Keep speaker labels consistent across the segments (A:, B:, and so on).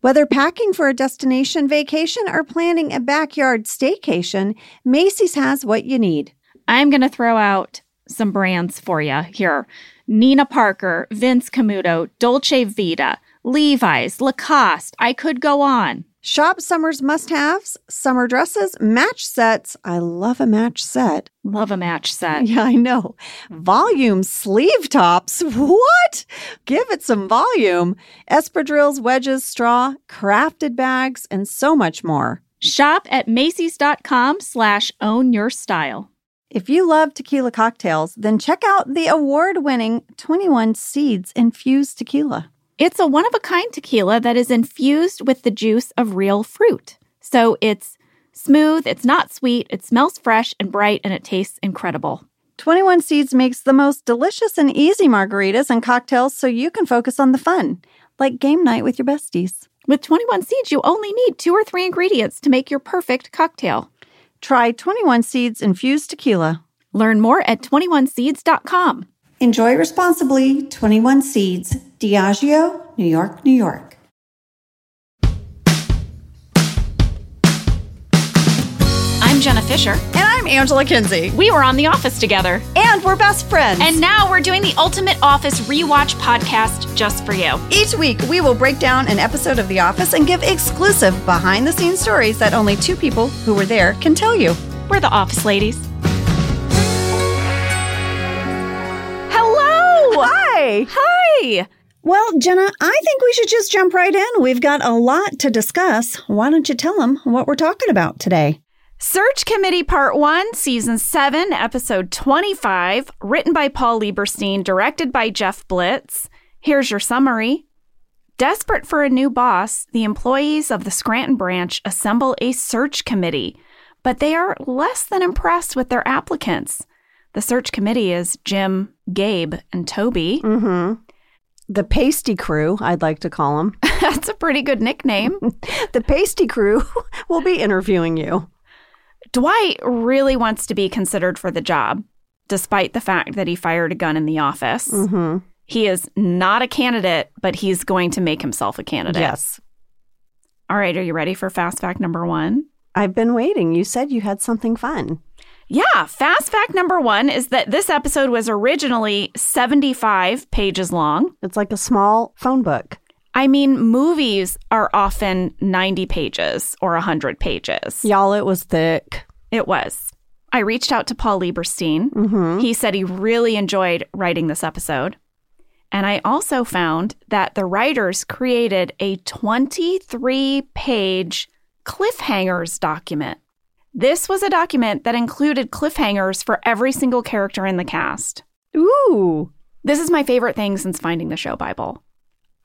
A: Whether packing for a destination vacation or planning a backyard staycation, Macy's has what you need.
B: I'm going to throw out some brands for you here Nina Parker, Vince Camuto, Dolce Vita, Levi's, Lacoste. I could go on.
A: Shop summer's must haves, summer dresses, match sets. I love a match set.
B: Love a match set.
A: Yeah, I know. Volume sleeve tops. What? Give it some volume. Espadrilles, wedges, straw, crafted bags, and so much more.
B: Shop at Macy's.com slash own your style.
A: If you love tequila cocktails, then check out the award winning 21 Seeds Infused Tequila.
B: It's a one of a kind tequila that is infused with the juice of real fruit. So it's smooth, it's not sweet, it smells fresh and bright, and it tastes incredible.
A: 21 Seeds makes the most delicious and easy margaritas and cocktails so you can focus on the fun, like game night with your besties.
B: With 21 seeds, you only need two or three ingredients to make your perfect cocktail.
A: Try 21 Seeds Infused Tequila.
B: Learn more at 21seeds.com.
A: Enjoy responsibly 21 Seeds, Diageo, New York, New York.
B: I'm Jenna Fisher.
A: And I'm Angela Kinsey.
B: We were on The Office together.
A: And we're best friends.
B: And now we're doing the Ultimate Office Rewatch podcast just for you.
A: each week we will break down an episode of The Office and give exclusive behind the scenes stories that only two people who were there can tell you.
B: We're the Office Ladies. Hello!
A: Hi.
B: Hi!
A: Well, Jenna, I think we should just jump right in. We've got a lot to discuss. Why don't you tell them what we're talking about today?
B: Search Committee Part 1, Season 7, Episode 25, written by Paul Lieberstein, directed by Jeff Blitz. Here's your summary. Desperate for a new boss, the employees of the Scranton branch assemble a search committee, but they are less than impressed with their applicants. The search committee is Jim, Gabe, and Toby.
A: Mm-hmm. The pasty crew, I'd like to call them.
B: That's a pretty good nickname.
A: the pasty crew will be interviewing you.
B: Dwight really wants to be considered for the job, despite the fact that he fired a gun in the office.
A: Mm-hmm.
B: He is not a candidate, but he's going to make himself a candidate.
A: Yes.
B: All right, are you ready for fast fact number one?
A: I've been waiting. You said you had something fun.
B: Yeah, fast fact number one is that this episode was originally 75 pages long.
A: It's like a small phone book.
B: I mean, movies are often 90 pages or 100 pages.
A: Y'all, it was thick.
B: It was. I reached out to Paul Lieberstein.
A: Mm-hmm.
B: He said he really enjoyed writing this episode. And I also found that the writers created a 23 page cliffhangers document. This was a document that included cliffhangers for every single character in the cast.
A: Ooh.
B: This is my favorite thing since finding the show Bible.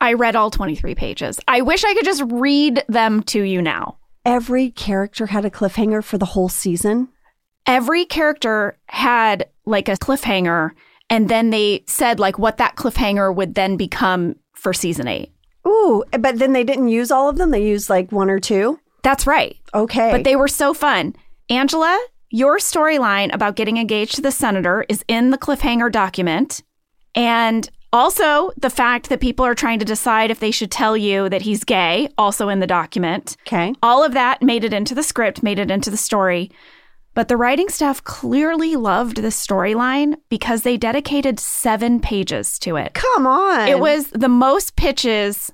B: I read all 23 pages. I wish I could just read them to you now.
A: Every character had a cliffhanger for the whole season.
B: every character had like a cliffhanger and then they said like what that cliffhanger would then become for season 8.
A: Ooh, but then they didn't use all of them. They used like one or two.
B: That's right.
A: Okay.
B: But they were so fun. Angela, your storyline about getting engaged to the senator is in the cliffhanger document and also the fact that people are trying to decide if they should tell you that he's gay also in the document.
A: okay.
B: All of that made it into the script, made it into the story. But the writing staff clearly loved the storyline because they dedicated seven pages to it.
A: Come on.
B: It was the most pitches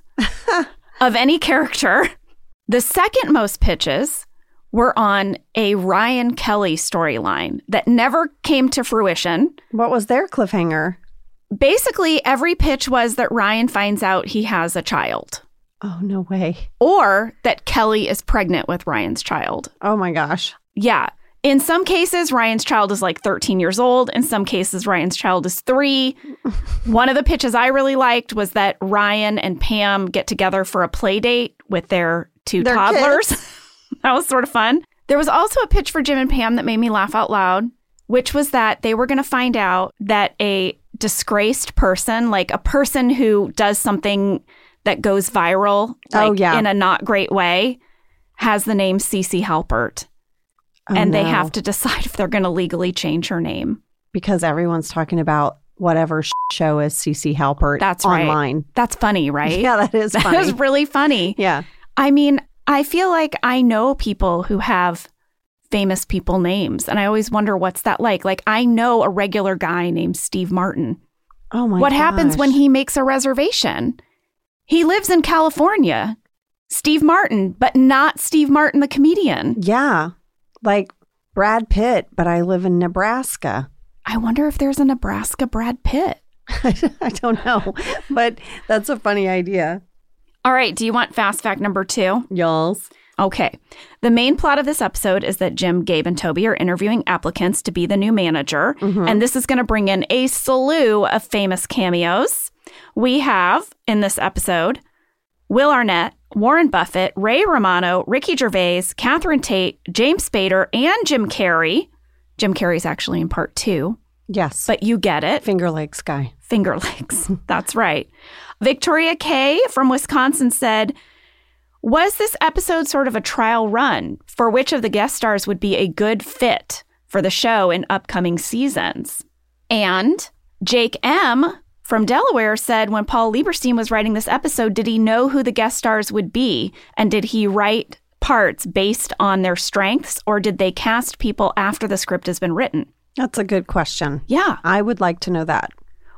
B: of any character. The second most pitches were on a Ryan Kelly storyline that never came to fruition.
A: What was their cliffhanger?
B: Basically, every pitch was that Ryan finds out he has a child
A: Oh no way.
B: or that Kelly is pregnant with Ryan's child.
A: Oh my gosh.
B: Yeah. In some cases, Ryan's child is like 13 years old. In some cases, Ryan's child is three. One of the pitches I really liked was that Ryan and Pam get together for a play date with their two
A: Their
B: toddlers. that was sort of fun. There was also a pitch for Jim and Pam that made me laugh out loud, which was that they were going to find out that a disgraced person, like a person who does something that goes viral like,
A: Oh, yeah.
B: in a not great way, has the name Cece Halpert
A: Oh,
B: and they
A: no.
B: have to decide if they're going to legally change her name.
A: because everyone's talking about whatever sh- show is CC Halpert
B: That's right.
A: online.
B: That's funny, right?
A: Yeah, that is
B: That
A: funny.
B: was really funny.
A: yeah.
B: I mean, I feel like I know people who have famous people names, and I always wonder what's that like. Like, I know a regular guy named Steve Martin.
A: Oh my
B: what happens when
A: gosh.
B: he makes a reservation? He lives in California, Steve Martin, but not Steve Martin, the comedian.
A: Yeah. Like Brad Pitt, but I live in Nebraska.
B: I wonder if there's a Nebraska Brad Pitt.
A: I don't know, but that's a funny idea.
B: All right, do you want fast fact number two?
A: Y'all's.
B: Okay. The main plot of this episode is that Jim, Gabe, and Toby are interviewing applicants to be the new manager. And this is going to bring in a slew of famous cameos. We have in this episode Will Arnett, Warren Buffett, Ray Romano, Ricky Gervais, Catherine Tate, James Spader, and Jim Carrey. Jim Carrey's actually in part two,
A: Yes.
B: but you get it.
A: Finger Lakes guy.
B: Finger licks. That's right. Victoria Kay from Wisconsin said, Was this episode sort of a trial run for which of the guest stars would be a good fit for the show in upcoming seasons? And Jake M from Delaware said, When Paul Lieberstein was writing this episode, did he know who the guest stars would be? And did he write parts based on their strengths or did they cast people after the script has been written?
A: That's a good question.
B: Yeah.
A: I would like to know that.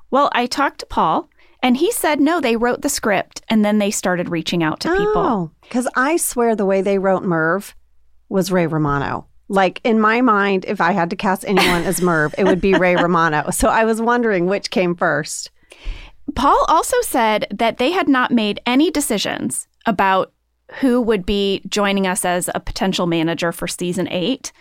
B: Well, I talked to Paul, and he said no, they wrote the script and then they started reaching out to
A: Oh.
B: people.
A: Because I swear the way they wrote Merv was Ray Romano. Like in my mind, if I had to cast anyone as Merv, it would be Ray Romano. So I was wondering which came first.
B: Paul also said that they had not made any decisions about who would be joining us as a potential manager for season eight.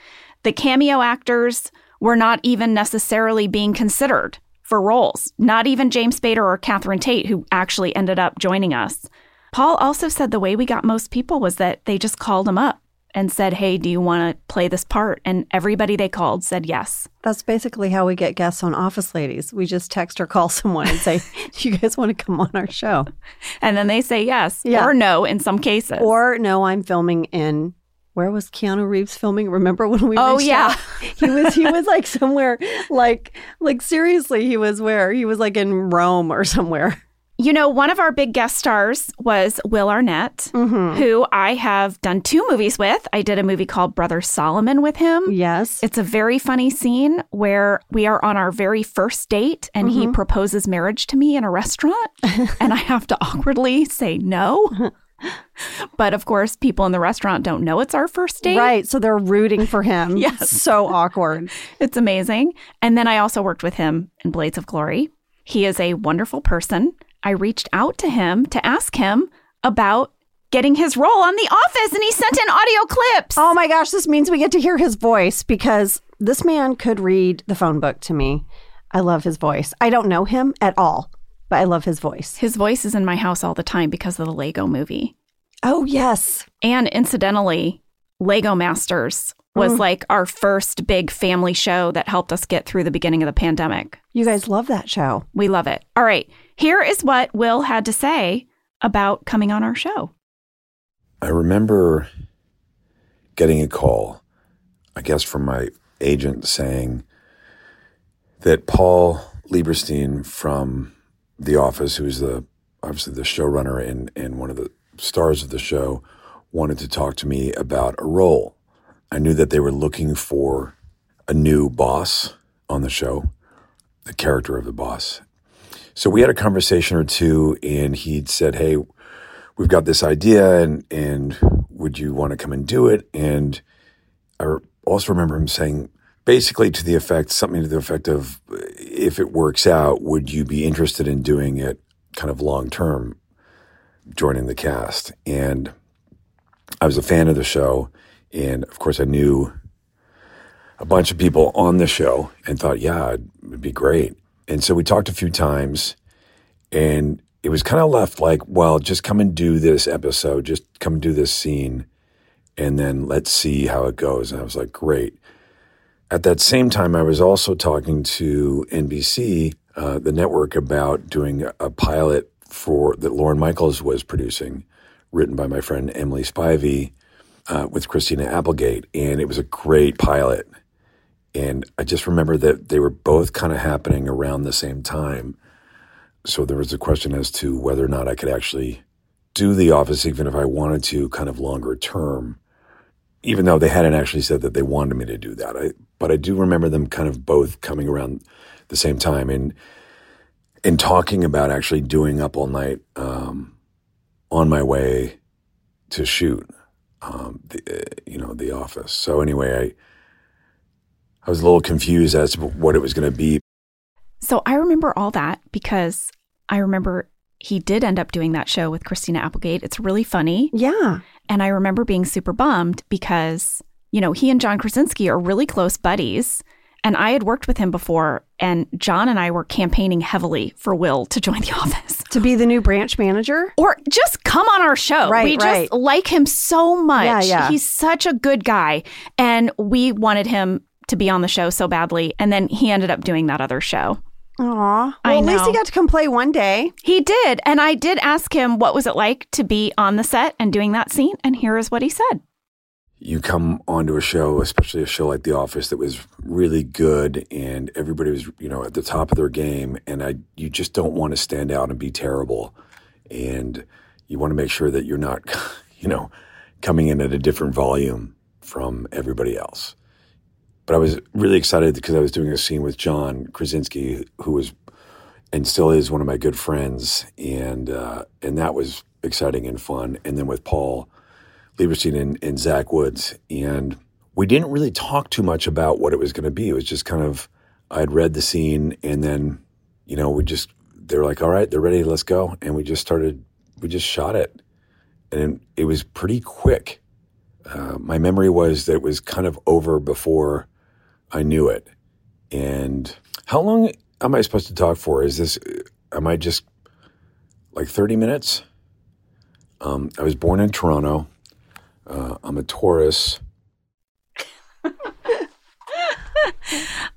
B: The cameo actors were not even necessarily being considered for roles, not even James Spader or Catherine Tate, who actually ended up joining us. Paul also said the way we got most people was that they just called him up and said, Hey, do you want to play this part? And everybody they called said yes.
A: That's basically how we get guests on Office Ladies. We just text or call someone and say, Do you guys want to come on our show?
B: And then they say yes
A: Yeah.
B: or no in some cases.
A: Or no, I'm filming in where was Keanu Reeves filming? Remember when we
B: Oh,
A: reached
B: yeah.
A: out? He was he was like somewhere like like seriously, he was where? He was like in Rome or somewhere.
B: You know, one of our big guest stars was Will Arnett, who I have done two movies with. I did a movie called Brother Solomon with him.
A: Yes.
B: It's a very funny scene where we are on our very first date and he proposes marriage to me in a restaurant and I have to awkwardly say no. but of course, people in the restaurant don't know it's our first date.
A: Right. So they're rooting for him. yes. So awkward.
B: It's amazing. And then I also worked with him in Blades of Glory. He is a wonderful person. I reached out to him to ask him about getting his role on The Office, and he sent in audio clips.
A: Oh my gosh, this means we get to hear his voice because this man could read the phone book to me. I love his voice. I don't know him at all, but I love his voice.
B: His voice is in my house all the time because of the Lego movie.
A: Oh yes.
B: And incidentally, Lego Masters was like our first big family show that helped us get through the beginning of the pandemic.
A: You guys love that show.
B: We love it. All right, here is what Will had to say about coming on our show.
C: I remember getting a call, I guess, from my agent saying that Paul Lieberstein from The Office, who's the obviously the showrunner and, and one of the stars of the show, wanted to talk to me about a role. I knew that they were looking for a new boss on the show, the character of the boss. So we had a conversation or two, and he'd said, Hey, we've got this idea and and would you want to come and do it and i re- also remember him saying basically to the effect something to the effect of if it works out would you be interested in doing it kind of long term joining the cast and i was a fan of the show and of course i knew a bunch of people on the show and thought yeah it would be great and so we talked a few times and it was kind of left like, well, just come and do this episode, just come do this scene, and then let's see how it goes. And I was like, great. At that same time, I was also talking to NBC, uh, the network, about doing a pilot for that Lauren Michaels was producing, written by my friend Emily Spivey uh, with Christina Applegate, and it was a great pilot. And I just remember that they were both kind of happening around the same time so there was a question as to whether or not I could actually do The Office, even if I wanted to, kind of longer term, even though they hadn't actually said that they wanted me to do that. I, but I do remember them kind of both coming around the same time and and talking about actually doing Up All Night um, on my way to shoot, um, the, uh, you know, The Office. So anyway, I I was a little confused as to what it was going to be,
B: So I remember all that because I remember he did end up doing that show with Christina Applegate. It's really funny.
A: Yeah.
B: And I remember being super bummed because, you know, he and John Krasinski are really close buddies. And I had worked with him before, and John and I were campaigning heavily for Will to join the office
A: To be the new branch manager.
B: or just come on our show.
A: Right,
B: we just
A: right.
B: like him so much.
A: Yeah, yeah.
B: He's such a good guy. And we wanted him to be on the show so badly. And then he ended up doing that other show.
A: Aw. Well,
B: I
A: at least he
B: know.
A: got to come play one day.
B: He did. And I did ask him what was it like to be on the set and doing that scene. And here is what he said.
C: you come onto a show, especially a show like The Office that was really good and everybody was, you know, at the top of their game and I you just don't want to stand out and be terrible. And you want to make sure that you're not, you know, coming in at a different volume from everybody else. But I was really excited because I was doing a scene with John Krasinski, who was and still is one of my good friends, and uh, and that was exciting and fun. And then with Paul, Lieberstein and, and Zach Woods. And we didn't really talk too much about what it was going to be. It was just kind of, I'd read the scene and then, you know, we just, they were like, all right, they're ready, let's go. And we just started, we just shot it. And it was pretty quick. Uh, my memory was that it was kind of over before I knew it. And how long am I supposed to talk for? Is this, uh, am I just like 30 minutes? Um, I was born in Toronto. Uh, I'm a Taurus.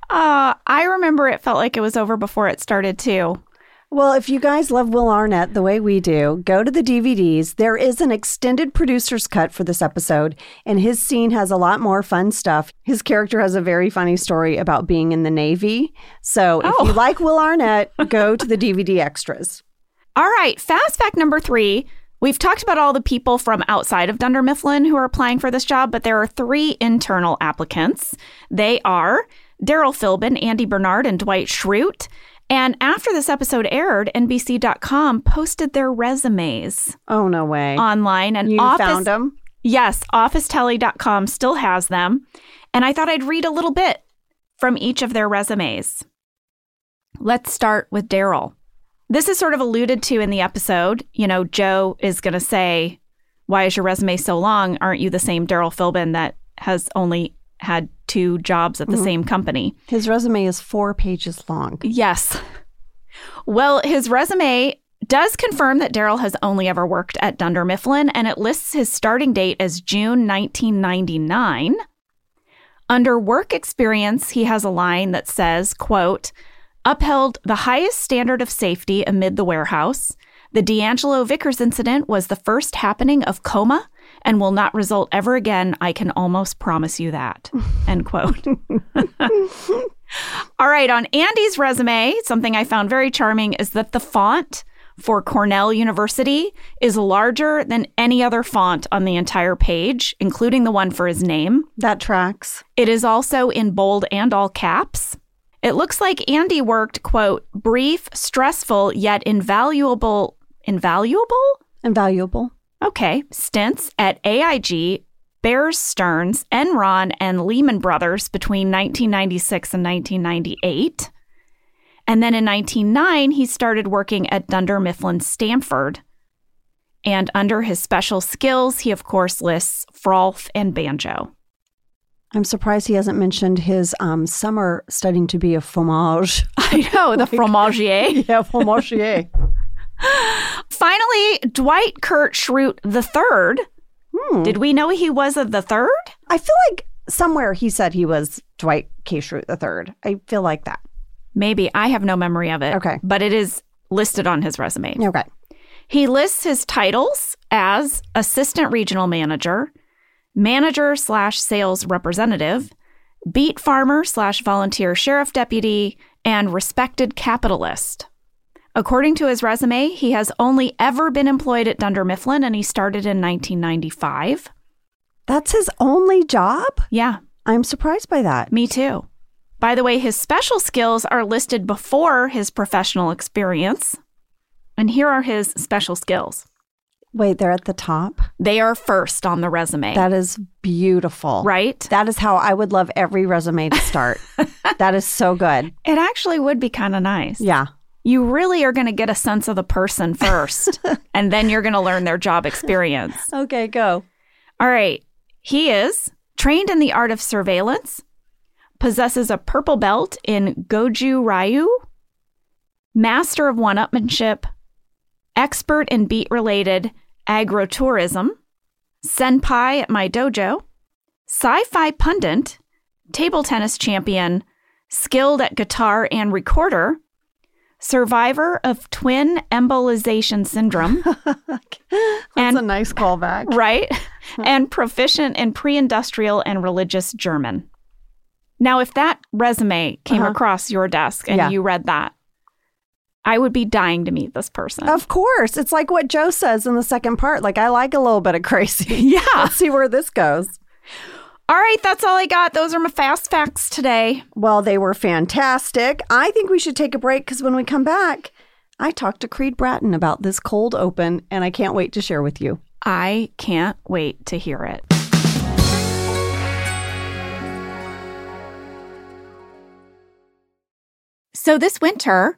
B: Uh, I remember it felt like it was over before it started, too.
A: Well, if you guys love Will Arnett the way we do, go to the DVDs. There is an extended producer's cut for this episode, and his scene has a lot more fun stuff. His character has a very funny story about being in the Navy. So if
B: Oh.
A: you like Will Arnett, go to the DVD extras.
B: All right, fast fact number three. We've talked about all the people from outside of Dunder Mifflin who are applying for this job, but there are three internal applicants. They are Daryl Philbin, Andy Bernard, and Dwight Schrute. And after this episode aired, NBC.com posted their resumes
A: Oh, no way.
B: online and
A: you
B: office
A: found him?
B: Yes, officetelly.com still has them. And I thought I'd read a little bit from each of their resumes. Let's start with Daryl. This is sort of alluded to in the episode. You know, Joe is going to say, Why is your resume so long? Aren't you the same Daryl Philbin that has only had two jobs at the same company?
A: His resume is four pages long.
B: Yes. Well, his resume does confirm that Daryl has only ever worked at Dunder Mifflin, and it lists his starting date as June 1999. Under work experience, he has a line that says, quote, upheld the highest standard of safety amid the warehouse. The D'Angelo Vickers incident was the first happening of coma and will not result ever again. I can almost promise you that. End quote. All right, on Andy's resume, something I found very charming is that the font for Cornell University is larger than any other font on the entire page, including the one for his name.
A: That tracks.
B: It is also in bold and all caps. It looks like Andy worked, quote, brief, stressful, yet invaluable, invaluable?
A: Invaluable.
B: Okay, stints at AIG, Bears Stearns, Enron, and Lehman Brothers between 1996 and 1998. And then in 1909, he started working at Dunder Mifflin Stanford. And under his special skills, he of course lists Frolf and banjo.
A: I'm surprised he hasn't mentioned his um, summer studying to be a fromage.
B: I know, the fromagier.
A: yeah, fromagier.
B: Finally, Dwight Kurt Schrute III.
A: Hmm.
B: Did we know he was of the third?
A: I feel like somewhere he said he was Dwight K. Schrute the third. I feel like that.
B: Maybe. I have no memory of it.
A: Okay.
B: But it is listed on his resume.
A: Okay.
B: He lists his titles as assistant regional manager, manager slash sales representative, beat farmer slash volunteer sheriff deputy, and respected capitalist. According to his resume, he has only ever been employed at Dunder Mifflin and he started in 1995.
A: That's his only job?
B: Yeah,
A: I'm surprised by that.
B: me too. By the way, his special skills are listed before his professional experience. And here are his special skills.
A: Wait, they're at the top.
B: They are first on the resume,
A: That is beautiful.
B: right?
A: That is how I would love every resume to start. that is so good.
B: It actually would be kind of nice.
A: Yeah.
B: You really are going to get a sense of the person first, and then you're going to learn their job experience.
A: Okay, go.
B: All right. He is trained in the art of surveillance, possesses a purple belt in Goju Ryu, master of one upmanship, expert in beat related agrotourism, senpai at my dojo, sci fi pundit, table tennis champion, skilled at guitar and recorder, survivor of twin embolization syndrome.
A: That's
B: And-
A: a nice callback.
B: Right?
A: Hmm.
B: and proficient in pre industrial and religious German. Now, if that resume came
A: Uh-huh.
B: across your desk and
A: Yeah.
B: you read that, I would be dying to meet this person.
A: Of course. It's like what Joe says in the second part. Like, I like a little bit of crazy.
B: yeah.
A: Let's see where this goes.
B: All right, that's all I got. Those are my fast facts today.
A: Well, they were fantastic. I think we should take a break because when we come back, I talked to Creed Bratton about this cold open, and I can't wait to share with you.
B: I can't wait to hear it. So this winter,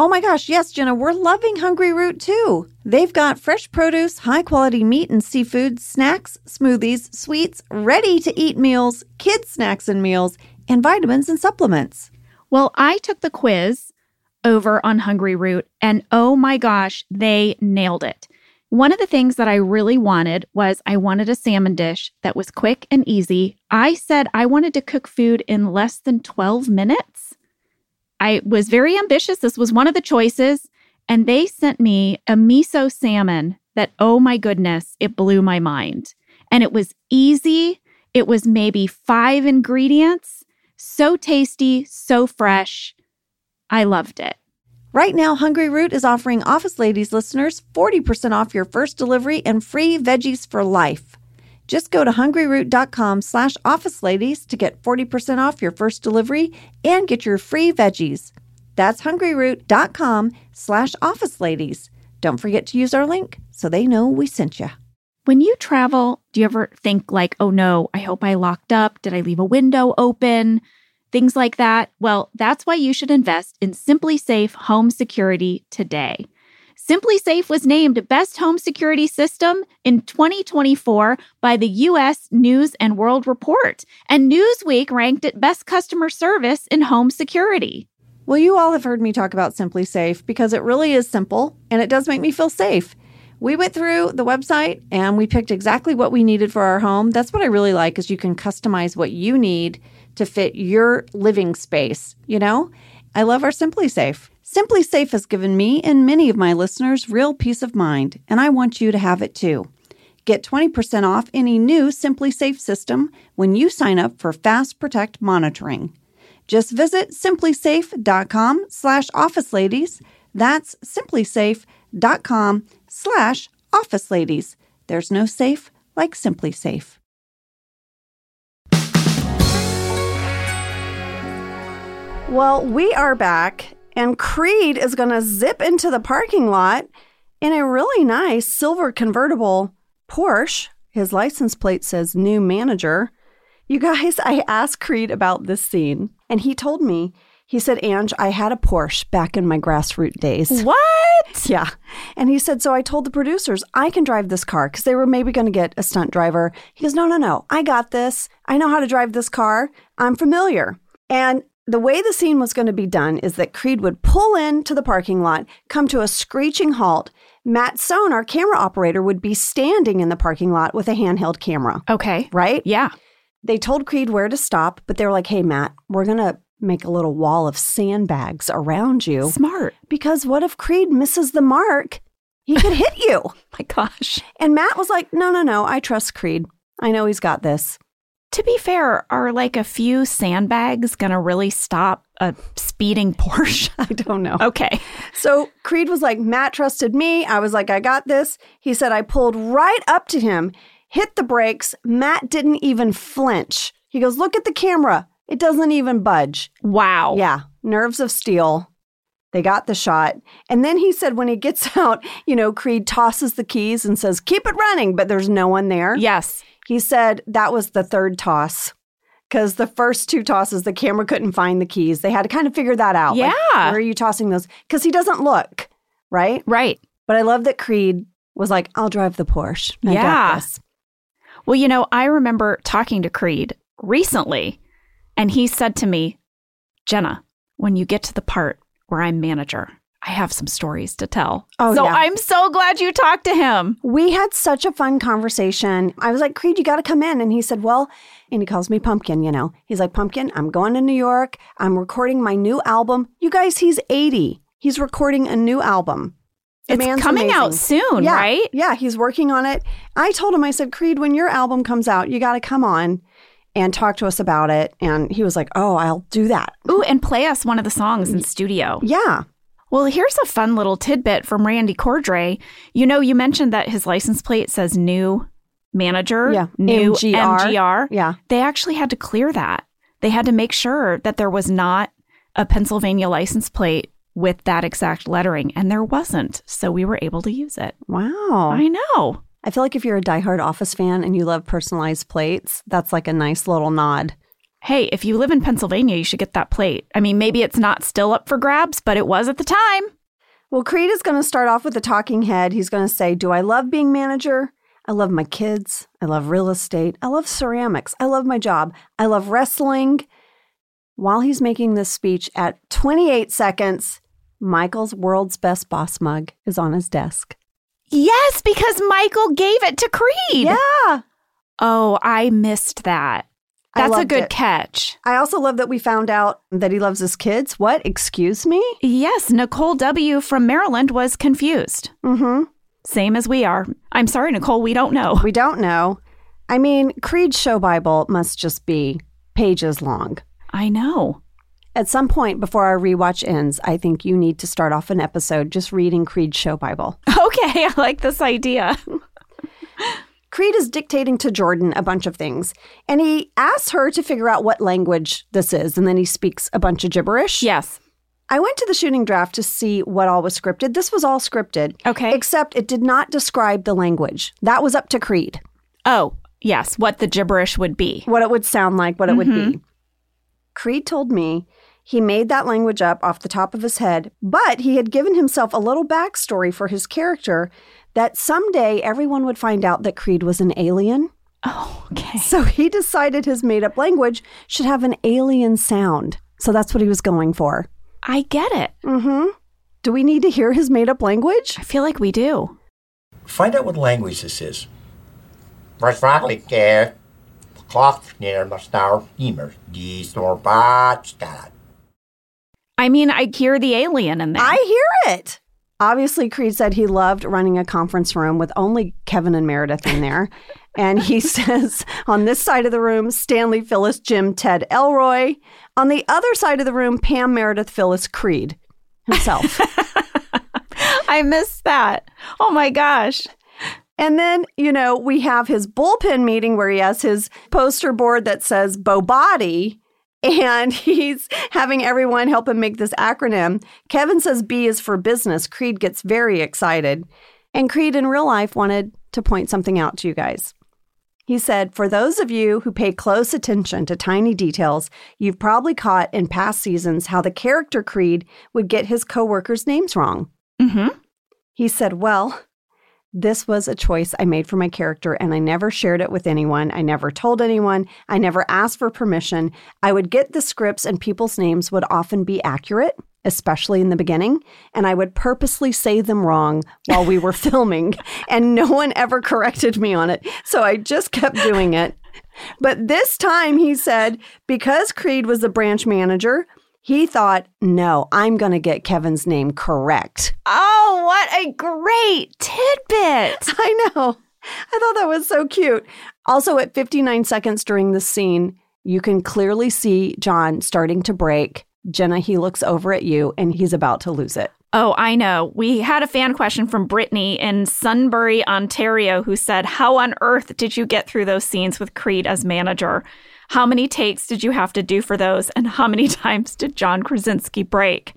A: Oh my gosh, yes, Jenna, we're loving Hungry Root too. They've got fresh produce, high quality meat and seafood, snacks, smoothies, sweets, ready to eat meals, kids' snacks and meals, and vitamins and supplements.
B: Well, I took the quiz over on Hungry Root, and oh my gosh, they nailed it. One of the things that I really wanted was I wanted a salmon dish that was quick and easy. I said I wanted to cook food in less than 12 minutes. I was very ambitious. This was one of the choices. And they sent me a miso salmon that, oh my goodness, it blew my mind. And it was easy. It was maybe five ingredients. So tasty, so fresh. I loved it.
A: Right now, Hungry Root is offering Office Ladies listeners 40% off your first delivery and free veggies for life. Just go to hungryroot.com slash office ladies to get 40% off your first delivery and get your free veggies. That's hungryroot.com slash office ladies. Don't forget to use our link so they know we sent you.
B: When you travel, do you ever think, like, oh no, I hope I locked up? Did I leave a window open? Things like that. Well, that's why you should invest in Simply Safe home security today. Simply Safe was named Best Home Security System in 2024 by the US News and World Report, and Newsweek ranked it Best Customer Service in Home Security.
A: Well, you all have heard me talk about Simply Safe because it really is simple and it does make me feel safe. We went through the website and we picked exactly what we needed for our home. That's what I really like is you can customize what you need to fit your living space, you know? I love our Simply Safe. Simply Safe has given me and many of my listeners real peace of mind, and I want you to have it too. Get 20% off any new Simply Safe system when you sign up for Fast Protect monitoring. Just visit simplysafe.com slash office ladies. That's simplysafe.com slash office ladies. There's no safe like Simply Safe. Well, we are back, and Creed is going to zip into the parking lot in a really nice silver convertible Porsche, his license plate says new manager. You guys, I asked Creed about this scene, and he told me, he said, Ange, I had a Porsche back in my grassroots days.
B: What?
A: Yeah. And he said, So I told the producers, I can drive this car because they were maybe going to get a stunt driver. He goes, No, no, no. I got this. I know how to drive this car. I'm familiar. And the way the scene was going to be done is that Creed would pull into the parking lot, come to a screeching halt. Matt Sohn, our camera operator, would be standing in the parking lot with a handheld camera,
B: Okay.
A: right?
B: Yeah.
A: They told Creed where to stop, but they were like, Hey, Matt, we're going to make a little wall of sandbags around you.
B: Smart.
A: Because what if Creed misses the mark? He could hit you.
B: My gosh.
A: And Matt was like, no, no, no, I trust Creed. I know he's got this.
B: To be fair, are like a few sandbags going to really stop a speeding Porsche?
A: I don't know.
B: okay.
A: So Creed was like, Matt trusted me. I was like, I got this. He said, I pulled right up to him, hit the brakes. Matt didn't even flinch. He goes, look at the camera. It doesn't even budge.
B: Wow.
A: Yeah, nerves of steel. They got the shot. And then he said, when he gets out, you know, Creed tosses the keys and says, keep it running, but there's no one there.
B: Yes.
A: He said that was the third toss because the first two tosses, the camera couldn't find the keys. They had to kind of figure that out. Like,
B: Yeah.
A: where are you tossing those? Because he doesn't look, right?
B: Right.
A: But I love that Creed was like, I'll drive the Porsche. I got
B: Yeah.
A: this."
B: Well, you know, I remember talking to Creed recently, and he said to me, Jenna, when you get to the part where I'm manager, I have some stories to tell.
A: Oh,
B: so
A: yeah.
B: I'm so glad you talked to him.
A: We had such a fun conversation. I was like, Creed, you got to come in. And he said, Well, and he calls me Pumpkin, you know. He's like, Pumpkin, I'm going to New York. I'm recording my new album. You guys, he's 80. He's recording a new album. The
B: it's
A: man's
B: coming out
A: amazing.
B: soon,
A: yeah,
B: right?
A: Yeah, he's working on it. I told him, I said, Creed, when your album comes out, you got to come on and talk to us about it. And he was like, Oh, I'll do that.
B: Ooh, and play us one of the songs in studio.
A: Yeah.
B: Well, here's a fun little tidbit from Randy Cordray. You know, you mentioned that his license plate says new manager,
A: Yeah.
B: new
A: MGR.
B: MGR.
A: Yeah.
B: They actually had to clear that. They had to make sure that there was not a Pennsylvania license plate with that exact lettering, and there wasn't. So we were able to use it.
A: Wow.
B: I know.
A: I feel like if you're a diehard Office fan and you love personalized plates, that's like a nice little nod.
B: Hey, if you live in Pennsylvania, you should get that plate. I mean, maybe it's not still up for grabs, but it was at the time.
A: Well, Creed is going to start off with a talking head. He's going to say, Do I love being manager? I love my kids. I love real estate. I love ceramics. I love my job. I love wrestling. While he's making this speech at 28 seconds, Michael's world's best boss mug is on his desk.
B: Yes, because Michael gave it to Creed.
A: Yeah.
B: Oh, I missed that.
A: I
B: That's a
A: loved
B: good
A: it.
B: catch.
A: I also love that we found out that he loves his kids. What? Excuse me?
B: Yes, Nicole W. from Maryland was confused.
A: Mm hmm.
B: Same as we are. I'm sorry, Nicole, we don't know.
A: We don't know. I mean, Creed's show Bible must just be pages long.
B: I know.
A: At some point before our rewatch ends, I think you need to start off an episode just reading Creed's show Bible.
B: Okay, I like this idea.
A: Creed is dictating to Jordan a bunch of things, and he asks her to figure out what language this is, and then he speaks a bunch of gibberish.
B: Yes.
A: I went to the shooting draft to see what all was scripted. This was all scripted.
B: Okay.
A: Except it did not describe the language. That was up to Creed,
B: Oh, yes, what the gibberish would be.
A: what it would sound like, what it would be. Creed told me he made that language up off the top of his head, but he had given himself a little backstory for his character that someday everyone would find out that Creed was an alien.
B: Oh, okay.
A: So he decided his made up language should have an alien sound. So that's what he was going for.
B: I get it.
A: Do we need to hear his made up language?
B: I feel like we do.
D: Find out what language this is. Waarschijnlijk eh, klacht neer maar staar immers die door baat staat.
B: I mean, I hear the alien in there.
A: I hear it. Obviously, Creed said he loved running a conference room with only Kevin and Meredith in there. and he says on this side of the room, Stanley, Phyllis, Jim, Ted, Elroy. On the other side of the room, Pam, Meredith, Phyllis, Creed himself.
B: I missed that. Oh my gosh.
A: and then, you know, we have his bullpen meeting where he has his poster board that says Bobati. And he's having everyone help him make this acronym. Kevin says B is for business. Creed gets very excited. And Creed in real life wanted to point something out to you guys. He said, For those of you who pay close attention to tiny details, you've probably caught in past seasons how the character Creed would get his coworkers' names wrong.
B: Mm-hmm.
A: He said, Well, this was a choice I made for my character, and I never shared it with anyone. I never told anyone. I never asked for permission. I would get the scripts, and people's names would often be accurate, especially in the beginning, and I would purposely say them wrong while we were filming, and no one ever corrected me on it. So I just kept doing it. But this time, he said, because Creed was the branch manager, he thought, no, I'm going to get Kevin's name correct.
B: Oh, what a great tidbit.
A: I know. I thought that was so cute. Also, at 59 seconds during the scene, you can clearly see John starting to break. Jenna, he looks over at you and he's about to lose it.
B: Oh, I know. We had a fan question from Brittany in Sunbury, Ontario, who said, How on earth did you get through those scenes with Creed as manager? How many takes did you have to do for those? And how many times did John Krasinski break?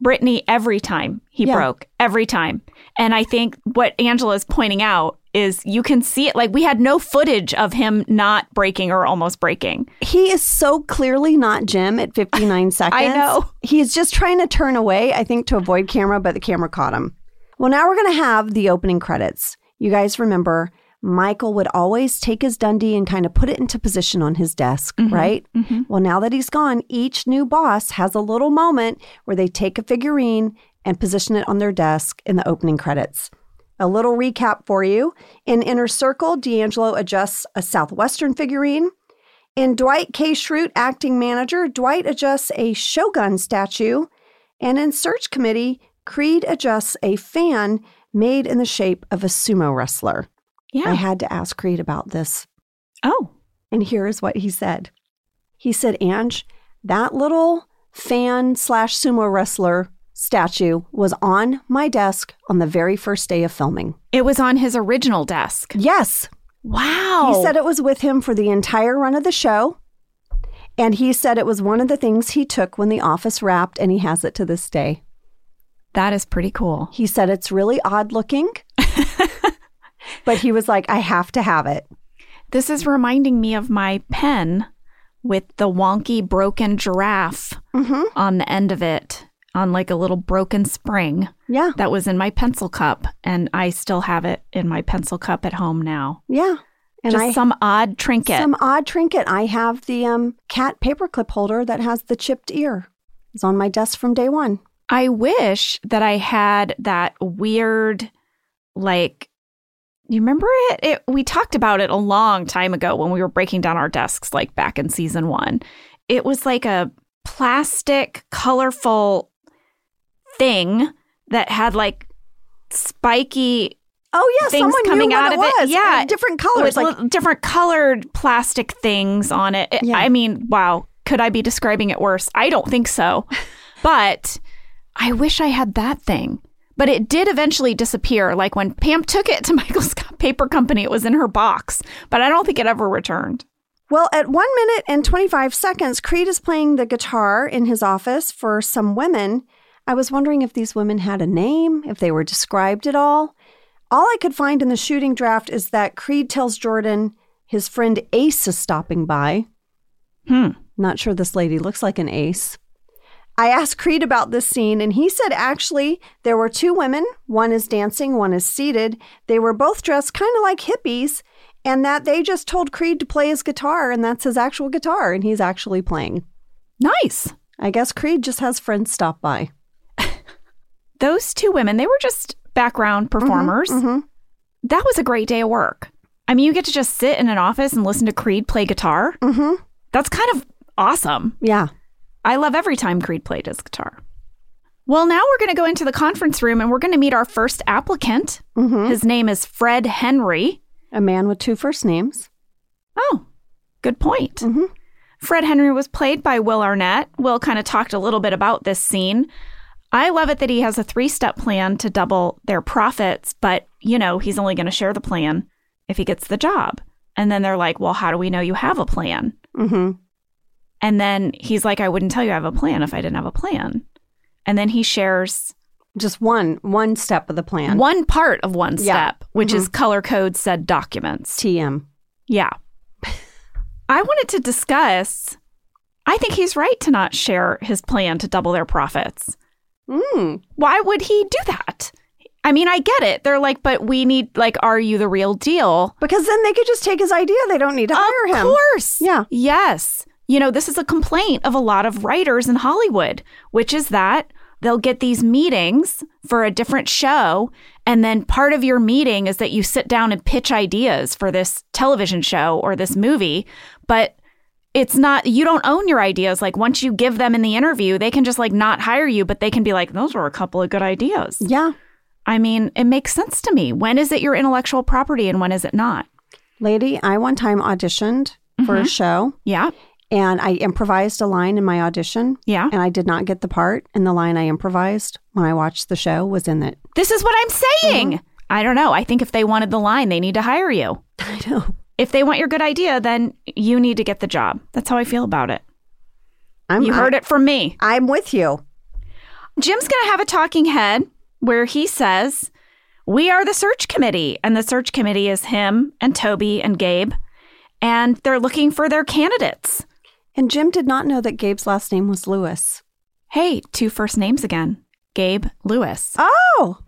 B: Brittany, every time he
A: Yeah.
B: broke, every time. And I think what Angela is pointing out is you can see it. Like, we had no footage of him not breaking or almost breaking.
A: He is so clearly not Jim at 59 seconds.
B: know.
A: He's just trying to turn away, I think, to avoid camera, but the camera caught him. Well, now we're going to have the opening credits. You guys remember Michael would always take his Dundee and kind of put it into position on his desk, right? Well, now that he's gone, each new boss has a little moment where they take a figurine and position it on their desk in the opening credits. A little recap for you. In Inner Circle, D'Angelo adjusts a Southwestern figurine. In Dwight K. Schrute, acting manager, Dwight adjusts a Shogun statue. And in search committee, Creed adjusts a fan made in the shape of a sumo wrestler. I had to ask Creed about this,
B: Oh.
A: and here is what he said. He said, Ange, that little fan slash sumo wrestler statue was on my desk on the very first day of filming.
B: It was on his original desk.
A: Yes,
B: Wow.
A: He said it was with him for the entire run of the show. And he said it was one of the things he took when the office wrapped, and he has it to this day.
B: that is pretty cool.
A: He said it's really odd looking, but he was like, I have to have it.
B: This is reminding me of my pen with the wonky broken giraffe
A: hmm
B: on the end of it on like a little broken spring
A: Yeah.
B: that was in my pencil cup and I still have it in my pencil cup at home now.
A: Yeah. And
B: Just
A: I
B: some odd trinket.
A: some odd trinket. I have the um, cat paperclip holder that has the chipped ear. It's on my desk from day one.
B: I wish that I had that weird like you remember it? it? We talked about it a long time ago when we were breaking down our desks, like back in season one. It was like a plastic, colorful thing that had like spiky
A: Oh yeah,
B: Things
A: someone
B: coming
A: knew what
B: out
A: it
B: of it.
A: was.
B: Yeah.
A: and different colors.
B: with
A: Like
B: little- different colored plastic things on it. It-
A: Yeah.
B: I mean, wow, could I be describing it worse? I don't think so. but I wish I had that thing. But it did eventually disappear. Like when Pam took it to Michael's co- paper company, it was in her box, but I don't think it ever returned.
A: Well, at one minute and 25 seconds, Creed is playing the guitar in his office for some women. I was wondering if these women had a name, if they were described at all. All I could find in the shooting draft is that Creed tells Jordan his friend Ace is stopping by.
B: Hmm.
A: Not sure this lady looks like an ace. I asked Creed about this scene, and he said actually there were two women. One is dancing, one is seated. They were both dressed kind of like hippies, and that they just told Creed to play his guitar, and that's his actual guitar, and he's actually playing.
B: Nice.
A: I guess Creed just has friends stop by. Mm-hmm,
B: Those two women, they were just background performers.
A: mhm.
B: That was a great day of work. I mean, you get to just sit in an office and listen to Creed play guitar.
A: Mhm.
B: That's kind of awesome.
A: Yeah.
B: I love every time Creed played his guitar. Well, now we're going to go into the conference room and we're going to meet our first applicant.
A: hmm
B: His name is Fred Henry.
A: A man with two first names.
B: Oh, good point.
A: Mhm.
B: Fred Henry was played by Will Arnett. Will kind of talked a little bit about this scene. I love it that he has a three step plan to double their profits, but, you know, he's only going to share the plan if he gets the job. And then they're like, well, how do we know you have a plan?
A: hmm
B: And then he's like, I wouldn't tell you I have a plan if I didn't have a plan. And then he shares
A: Just one one step of the plan.
B: One part of one
A: Yeah.
B: step, which is color code said documents.
A: TM.
B: Yeah. I wanted to discuss. I think he's right to not share his plan to double their profits.
A: Mm.
B: Why would he do that? I mean, I get it. They're like, but we need, like, are you the real deal?
A: Because then they could just take his idea. They don't need to hire
B: Of
A: him.
B: course.
A: Yeah.
B: Yes. You know, this is a complaint of a lot of writers in Hollywood, which is that they'll get these meetings for a different show. And then part of your meeting is that you sit down and pitch ideas for this television show or this movie. But it's not, you don't own your ideas. Like once you give them in the interview, they can just like not hire you, but they can be like, those were a couple of good ideas.
A: Yeah.
B: I mean, it makes sense to me. When is it your intellectual property and when is it not?
A: Lady, I one time auditioned for
B: Mm-hmm.
A: a show
B: Yeah.
A: and I improvised a line in my audition.
B: Yeah.
A: And I did not get the part. And the line I improvised when I watched the show was in it.
B: This is what I'm saying. I don't know. I think if they wanted the line, they need to hire you.
A: I know.
B: If they want your good idea, then you need to get the job. That's how I feel about it.
A: I'm,
B: You heard it from me.
A: I'm with you.
B: Jim's going to have a talking head where he says, We are the search committee. And the search committee is him and Toby and Gabe. And they're looking for their candidates.
A: And Jim did not know that Gabe's last name was Lewis.
B: Hey, two first names again Gabe Lewis.
A: Oh,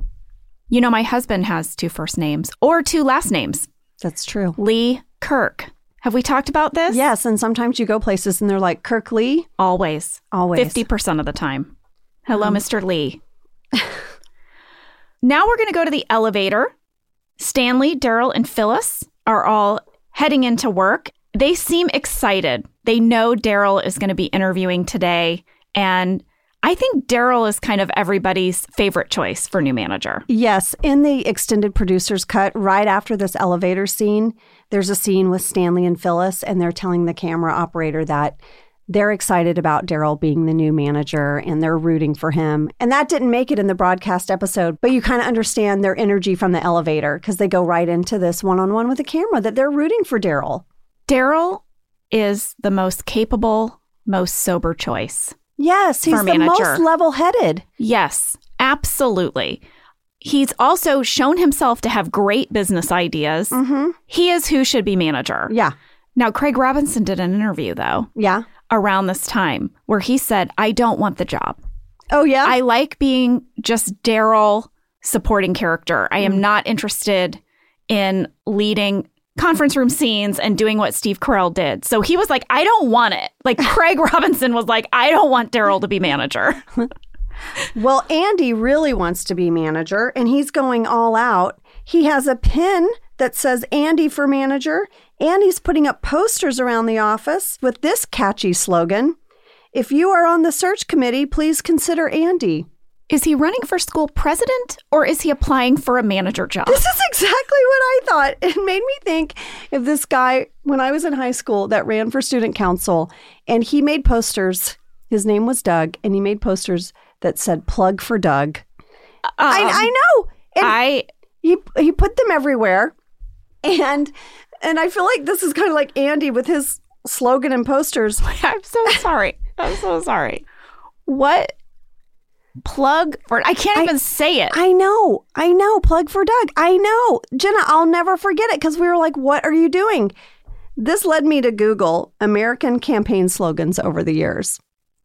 B: You know, my husband has two first names or two last names
A: that's true.
B: Lee Kirk. Have we talked about this?
A: Yes. And sometimes you go places and they're like, Kirk Lee,
B: Always.
A: always.
B: Fifty percent of the time. Hello, Mr. Lee. now we're going to go to the elevator. Stanley, Daryl, and Phyllis are all heading into work. They seem excited. They know Daryl is going to be interviewing today, and I think Daryl is kind of everybody's favorite choice for new manager.
A: Yes, in the extended producer's cut, right after this elevator scene, there's a scene with Stanley and Phyllis, and they're telling the camera operator that they're excited about Daryl being the new manager and they're rooting for him. And that didn't make it in the broadcast episode, but you kind of understand their energy from the elevator because they go right into this one on one with the camera that they're rooting for Daryl.
B: Daryl is the most capable, most sober choice.
A: Yes, he's
B: For
A: the most
B: manager.
A: level headed.
B: Yes, absolutely. He's also shown himself to have great business ideas.
A: Mm-hmm.
B: He is who should be manager.
A: Yeah,
B: Now, Craig Robinson did an interview, though,
A: yeah.
B: around this time where he said, I don't want the job.
A: Oh, yeah.
B: I like being just Daryl supporting character. I
A: Mm.
B: am not interested in leading conference room scenes and doing what Steve Carell did. So he was like, I don't want it. Like Craig Robinson was like, I don't want Daryl to be manager.
A: Well, Andy really wants to be manager and he's going all out. He has a pin that says Andy for manager, and he's putting up posters around the office with this catchy slogan If you are on the search committee, please consider Andy.
B: Is he running for school president or is he applying for a manager job?
A: This is exactly what I thought. It made me think if this guy, when I was in high school, that ran for student council and he made posters. His name was Doug, and he made posters that said plug for Doug.
B: Um,
A: I, I know. And
B: I
A: he he put them everywhere and and i feel like this is kind of like andy with his slogan and posters
B: I'm so sorry. I'm so sorry. What plug for I can't even say it.
A: i know i know plug for doug i know jenna i'll never forget it because we were like what are you doing this led me to google american campaign slogans over the years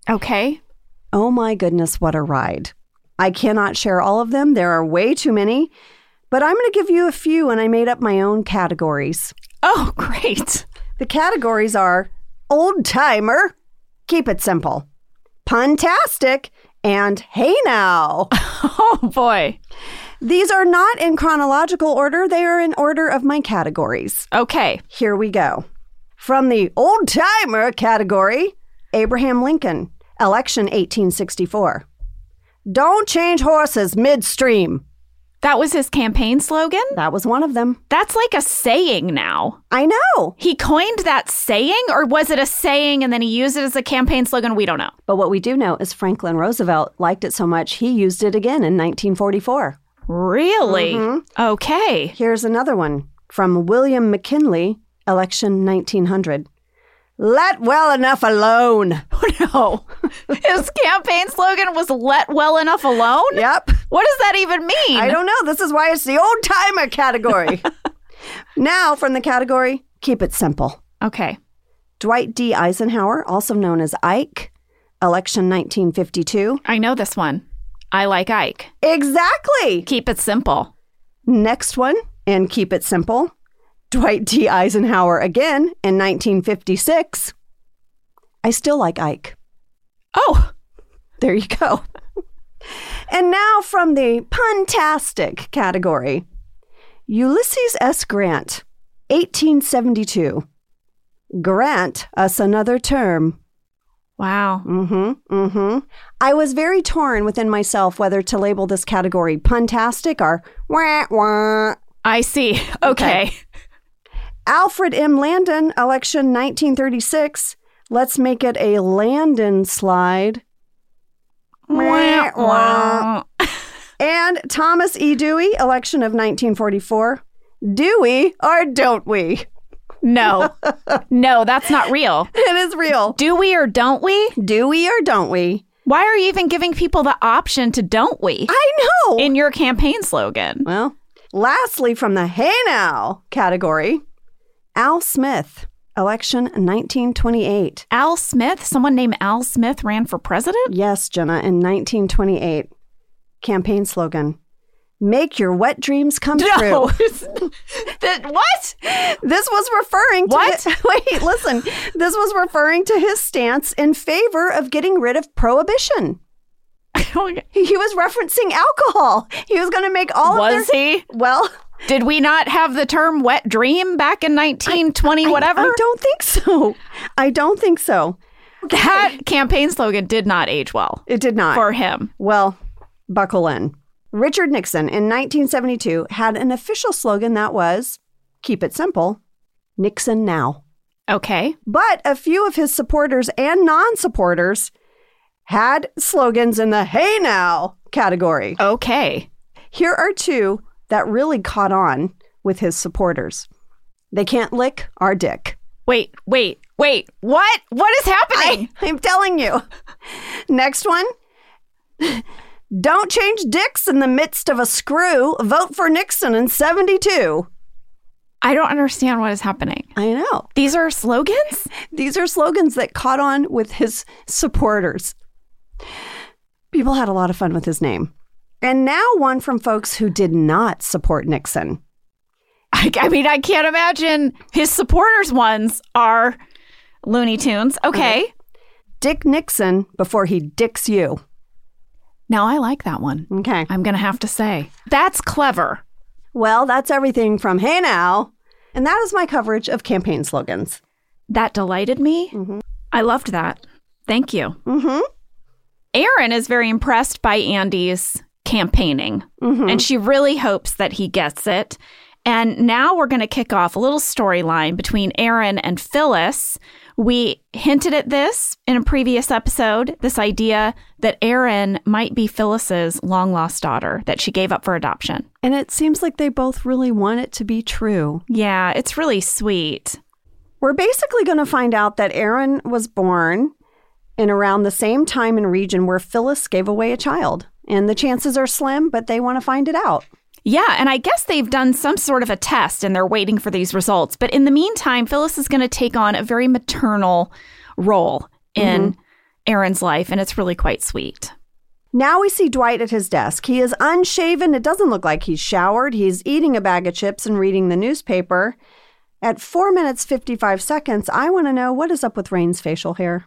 B: okay.
A: Oh my goodness, what a ride. I cannot share all of them. There are way too many, but I'm going to give you a few and I made up my own categories.
B: Oh, great.
A: The categories are old timer, keep it simple, puntastic, and hey now.
B: Oh boy.
A: These are not in chronological order, they are in order of my categories.
B: Okay.
A: Here we go. From the old timer category Abraham Lincoln, election 1864. Don't change horses midstream.
B: That was his campaign slogan?
A: That was one of them.
B: That's like a saying now.
A: I know.
B: He coined that saying or was it a saying and then he used it as a campaign slogan? We don't know.
A: But what we do know is Franklin Roosevelt liked it so much, he used it again in 1944.
B: Really?
A: Mm-hmm.
B: Okay.
A: Here's another one from William McKinley, election 1900. Let well enough alone.
B: no. His campaign slogan was let well enough alone.
A: Yep.
B: What does that even mean?
A: I don't know. This is why it's the old timer category. now, from the category, keep it simple.
B: Okay.
A: Dwight D. Eisenhower, also known as Ike, election 1952.
B: I know this one. I like Ike.
A: Exactly.
B: Keep it simple.
A: Next one, and keep it simple. Dwight D. Eisenhower again in 1956. I still like Ike.
B: Oh,
A: There you go. and now from the puntastic category Ulysses S. Grant, 1872. Grant us another term.
B: wow.
A: Mm-hmm. Mm-hmm. I was very torn within myself whether to label this category puntastic or wah wah.
B: I see. Okay.
A: Alfred M. Landon, election 1936. Let's make it a Landon slide. Wah, wah. And Thomas E. Dewey, election of 1944. Do we or don't we?
B: No. No, that's not real.
A: It is real.
B: Do we or don't we?
A: Do we or don't we?
B: Why are you even giving people the option to don't we
A: I know.
B: in your campaign slogan?
A: well, lastly, from the Hey Now category, Al Smith, election 1928.
B: Al Smith, someone named Al Smith ran for president?
A: Yes, Jenna, in 1928. Campaign slogan Make your wet dreams come
B: No.
A: true.
B: that, what?
A: This was referring to.
B: What?
A: hi- wait, listen. This was referring to his stance in favor of getting rid of prohibition. He he was referencing alcohol. He was going to make all of
B: Was
A: their.
B: he?
A: Well,
B: Did we not have the term wet dream back in 1920
A: I-
B: whatever?
A: I, don't think so. I don't think so.
B: that campaign slogan did not age well
A: It did not.
B: for him.
A: Well, buckle in. Richard Nixon in 1972 had an official slogan that was keep it simple, Nixon now.
B: Okay.
A: But a few of his supporters and non supporters had slogans in the hey now category.
B: Okay.
A: Here are two that really caught on with his supporters they can't lick our dick.
B: Wait, wait, wait. What? What is happening?
A: I'm telling you. Next one. Don't change dicks in the midst of a screw. Vote for Nixon in 72.
B: I, don't understand what is happening.
A: I know.
B: These are slogans?
A: These are slogans that caught on with his supporters. People had a lot of fun with his name. And now one from folks who did not support Nixon.
B: I, I mean, I can't imagine his supporters' ones are Looney Tunes. Okay.
A: Dick Nixon before he dicks you.
B: Now I like that one.
A: Okay.
B: I'm going to have to say. That's clever.
A: Well, that's everything from Hey Now. And that is my coverage of campaign slogans.
B: That delighted me. I loved that. Thank you.
A: Mm-hmm.
B: Erin is very impressed by Andy's campaigning, and she really hopes that he gets it. And now we're going to kick off a little storyline between Erin and Phyllis. We hinted at this in a previous episode this idea that Erin might be Phyllis's long lost daughter that she gave up for adoption.
A: And it seems like they both really want it to be true.
B: Yeah, it's really sweet.
A: We're basically going to find out that Aaron was born in around the same time and region where Phyllis gave away a child. And the chances are slim, but they want to find it out.
B: Yeah, and I guess they've done some sort of a test and they're waiting for these results. But in the meantime, Phyllis is going to take on a very maternal role in Aaron's life, and it's really quite sweet.
A: Now we see Dwight at his desk. He is unshaven. It doesn't look like he's showered. He's eating a bag of chips and reading the newspaper. At 4 minutes 55 seconds, I want to know what is up with Rain's facial hair.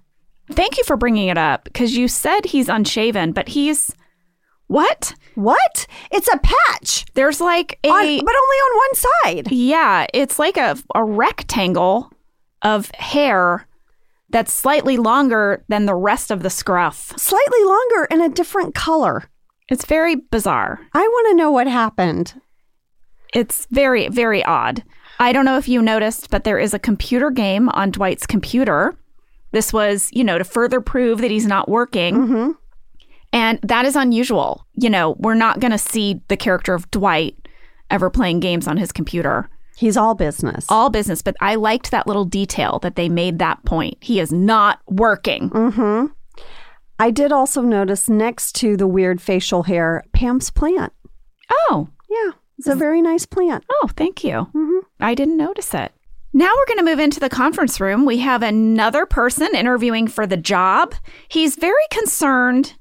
B: Thank you for bringing it up because you said he's unshaven, but he's what?
A: What? It's a patch,
B: There's like a
A: on, but only on one side.
B: yeah, it's like a, a rectangle of hair that's slightly longer than the rest of the scruff.
A: slightly longer and a different color.
B: It's very bizarre.
A: I want to know what happened.
B: It's very, very odd. I don't know if you noticed, but there is a computer game on Dwight's computer. This was, you know, to further prove that he's not working. And that is unusual. You know, we're not going to see the character of Dwight ever playing games on his computer.
A: He's all business.
B: all business, but I liked that little detail that they made that point. He is not working.
A: I did also notice next to the weird facial hair, Pam's plant.
B: Oh,
A: Yeah, it's a very nice plant.
B: oh, thank you. I didn't notice it. Now we're going to move into the conference room. We have another person interviewing for the job. He's very concerned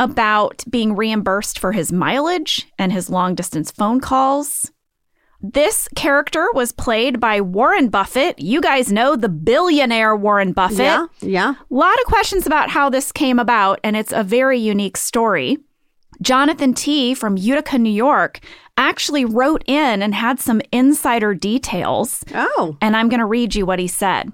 B: about being reimbursed for his mileage and his long distance phone calls. This character was played by Warren Buffett. You guys know the billionaire Warren Buffett.
A: Yeah, yeah.
B: A lot of questions about how this came about, and it's a very unique story. Jonathan T. from Utica, New York, actually wrote in and had some insider details,
A: Oh,
B: and I'm going to read you what he said.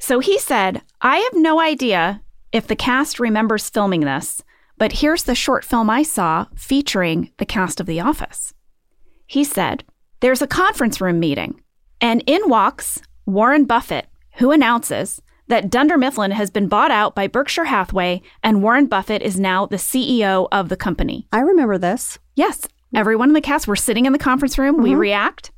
B: So he said, I have no idea if the cast remembers filming this, but here's the short film I saw featuring the cast of The Office. He said, There's a conference room meeting, and in walks Warren Buffett, who announces that Dunder Mifflin has been bought out by Berkshire Hathaway, and Warren Buffett is now the CEO of the company.
A: I remember this.
B: Yes, everyone in the cast, we're sitting in the conference room, we react.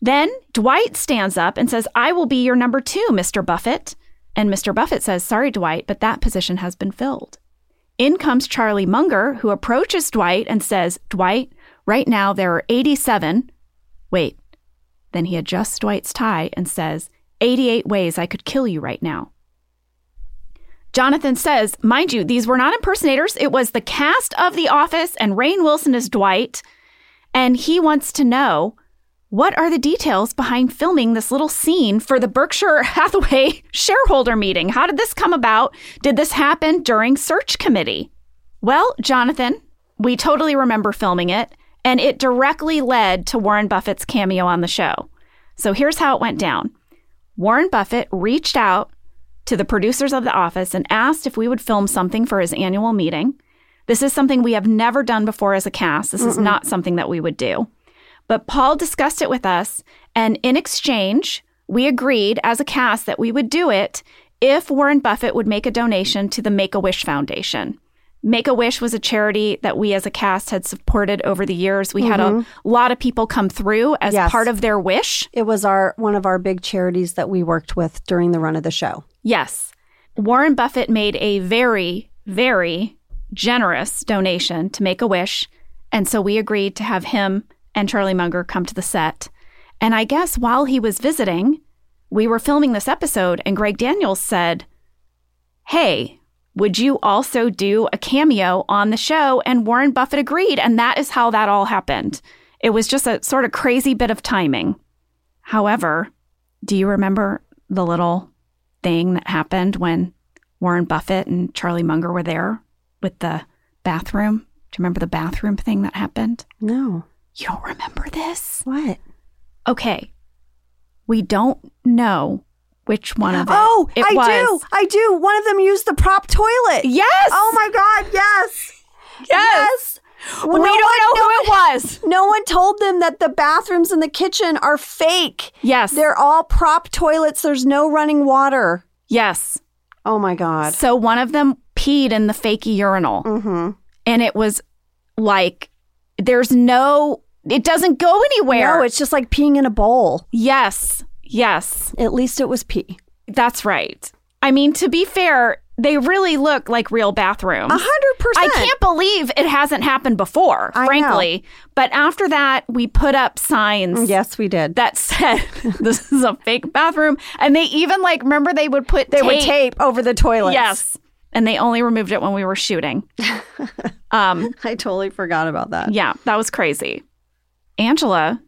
B: Then Dwight stands up and says, I will be your number two, Mr. Buffett. And Mr. Buffett says, Sorry, Dwight, but that position has been filled. In comes Charlie Munger, who approaches Dwight and says, Dwight, right now there are 87. Wait. Then he adjusts Dwight's tie and says, 88 ways I could kill you right now. Jonathan says, mind you, these were not impersonators. It was the cast of The Office, and Rain Wilson is Dwight. And he wants to know what are the details behind filming this little scene for the Berkshire Hathaway shareholder meeting? How did this come about? Did this happen during search committee? Well, Jonathan, we totally remember filming it, and it directly led to Warren Buffett's cameo on the show. So here's how it went down Warren Buffett reached out to the producers of The Office and asked if we would film something for his annual meeting. This is something we have never done before as a cast. This is not something that we would do. But Paul discussed it with us, and in exchange, we agreed as a cast that we would do it if Warren Buffett would make a donation to the Make a Wish Foundation. Make a Wish was a charity that we as a cast had supported over the years. We had a lot of people come through as
A: Yes.
B: part of their wish.
A: It was our one of our big charities that we worked with during the run of the show.
B: Yes. Warren Buffett made a very, very generous donation to Make a Wish. And so we agreed to have him and Charlie Munger come to the set. And I guess while he was visiting, we were filming this episode, and Greg Daniels said, Hey, would you also do a cameo on the show? And Warren Buffett agreed. And that is how that all happened. It was just a sort of crazy bit of timing. However, do you remember the little thing that happened when Warren Buffett and Charlie Munger were there with the bathroom? Do you remember the bathroom thing that happened?
A: No,
B: You don't remember this?
A: what?
B: Okay. We don't know which one of it.
A: Oh,
B: it
A: I
B: was.
A: do, I do. One of them used the prop toilet.
B: Yes.
A: Oh my God! Yes. Yes.
B: We don't know who it was.
A: No one told them that the bathrooms and the kitchen are fake.
B: Yes.
A: They're all prop toilets. There's no running water.
B: Yes.
A: Oh my God.
B: So one of them peed in the fakey urinal.
A: Mm-hmm.
B: And it was like, there's no, it doesn't go anywhere.
A: No, it's just like peeing in a bowl.
B: yes. Yes.
A: At least it was pee.
B: That's right. I mean, to be fair, they really look like real bathrooms.
A: A hundred
B: I
A: percent.
B: can't believe it hasn't happened before,
A: I know.
B: frankly. But after that, we put up signs
A: Yes, we did.
B: that said, this is a fake bathroom. And they even, like, remember they would put
A: they would tape over the toilets.
B: Yes. And they only removed it when we were shooting. um,
A: I totally forgot about that.
B: yeah, that was crazy. Angela,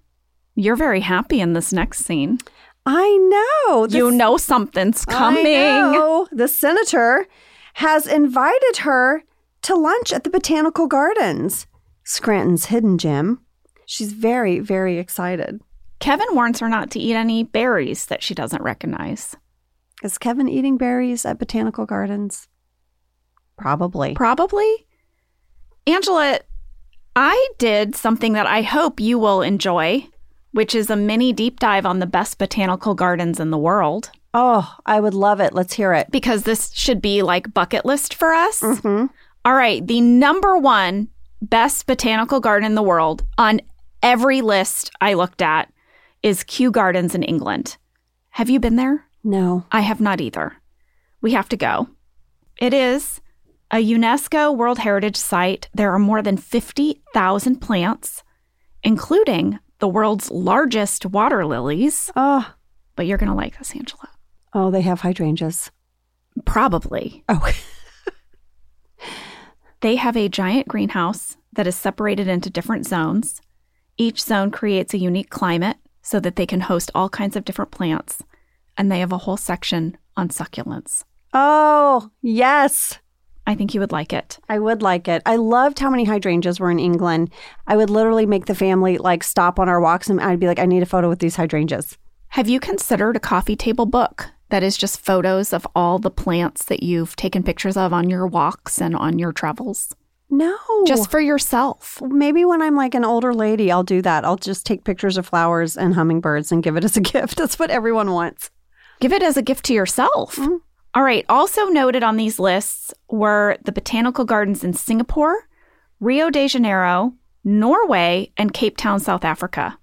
B: you're very happy in this next scene.
A: I know. The
B: you know something's coming.
A: I know. The senator has invited her to lunch at the Botanical Gardens, Scranton's hidden gem. She's very, very excited.
B: Kevin warns her not to eat any berries that she doesn't recognize.
A: Is Kevin eating berries at Botanical Gardens? Probably.
B: Probably. Angela, I did something that I hope you will enjoy, which is a mini deep dive on the best botanical gardens in the world,
A: Oh, I would love it. Let's hear it.
B: because this should be like bucket list for us.
A: Mm. Mm-hmm.
B: All right, the number one best botanical garden in the world on every list I looked at is Kew Gardens in England. Have you been there?
A: No.
B: I have not either. We have to go. It is a UNESCO World Heritage Site. There are more than 50,000 plants, including the world's largest water lilies.
A: Oh,
B: But you're going to like this, Angela.
A: oh, they have hydrangeas.
B: Probably.
A: Oh,
B: They have a giant greenhouse that is separated into different zones. Each zone creates a unique climate so that they can host all kinds of different plants. And they have a whole section on succulents.
A: oh, yes.
B: I think you would like it.
A: I would like it. I loved how many hydrangeas were in England. I would literally make the family like stop on our walks and I'd be like, I need a photo with these hydrangeas.
B: Have you considered a coffee table book that is just photos of all the plants that you've taken pictures of on your walks and on your travels?
A: No.
B: Just for yourself.
A: maybe when I'm like an older lady, I'll do that. I'll just take pictures of flowers and hummingbirds and give it as a gift. That's what everyone wants.
B: Give it as a gift to yourself. All right. Also noted on these lists were the botanical gardens in Singapore, Rio de Janeiro, Norway, and Cape Town, South Africa.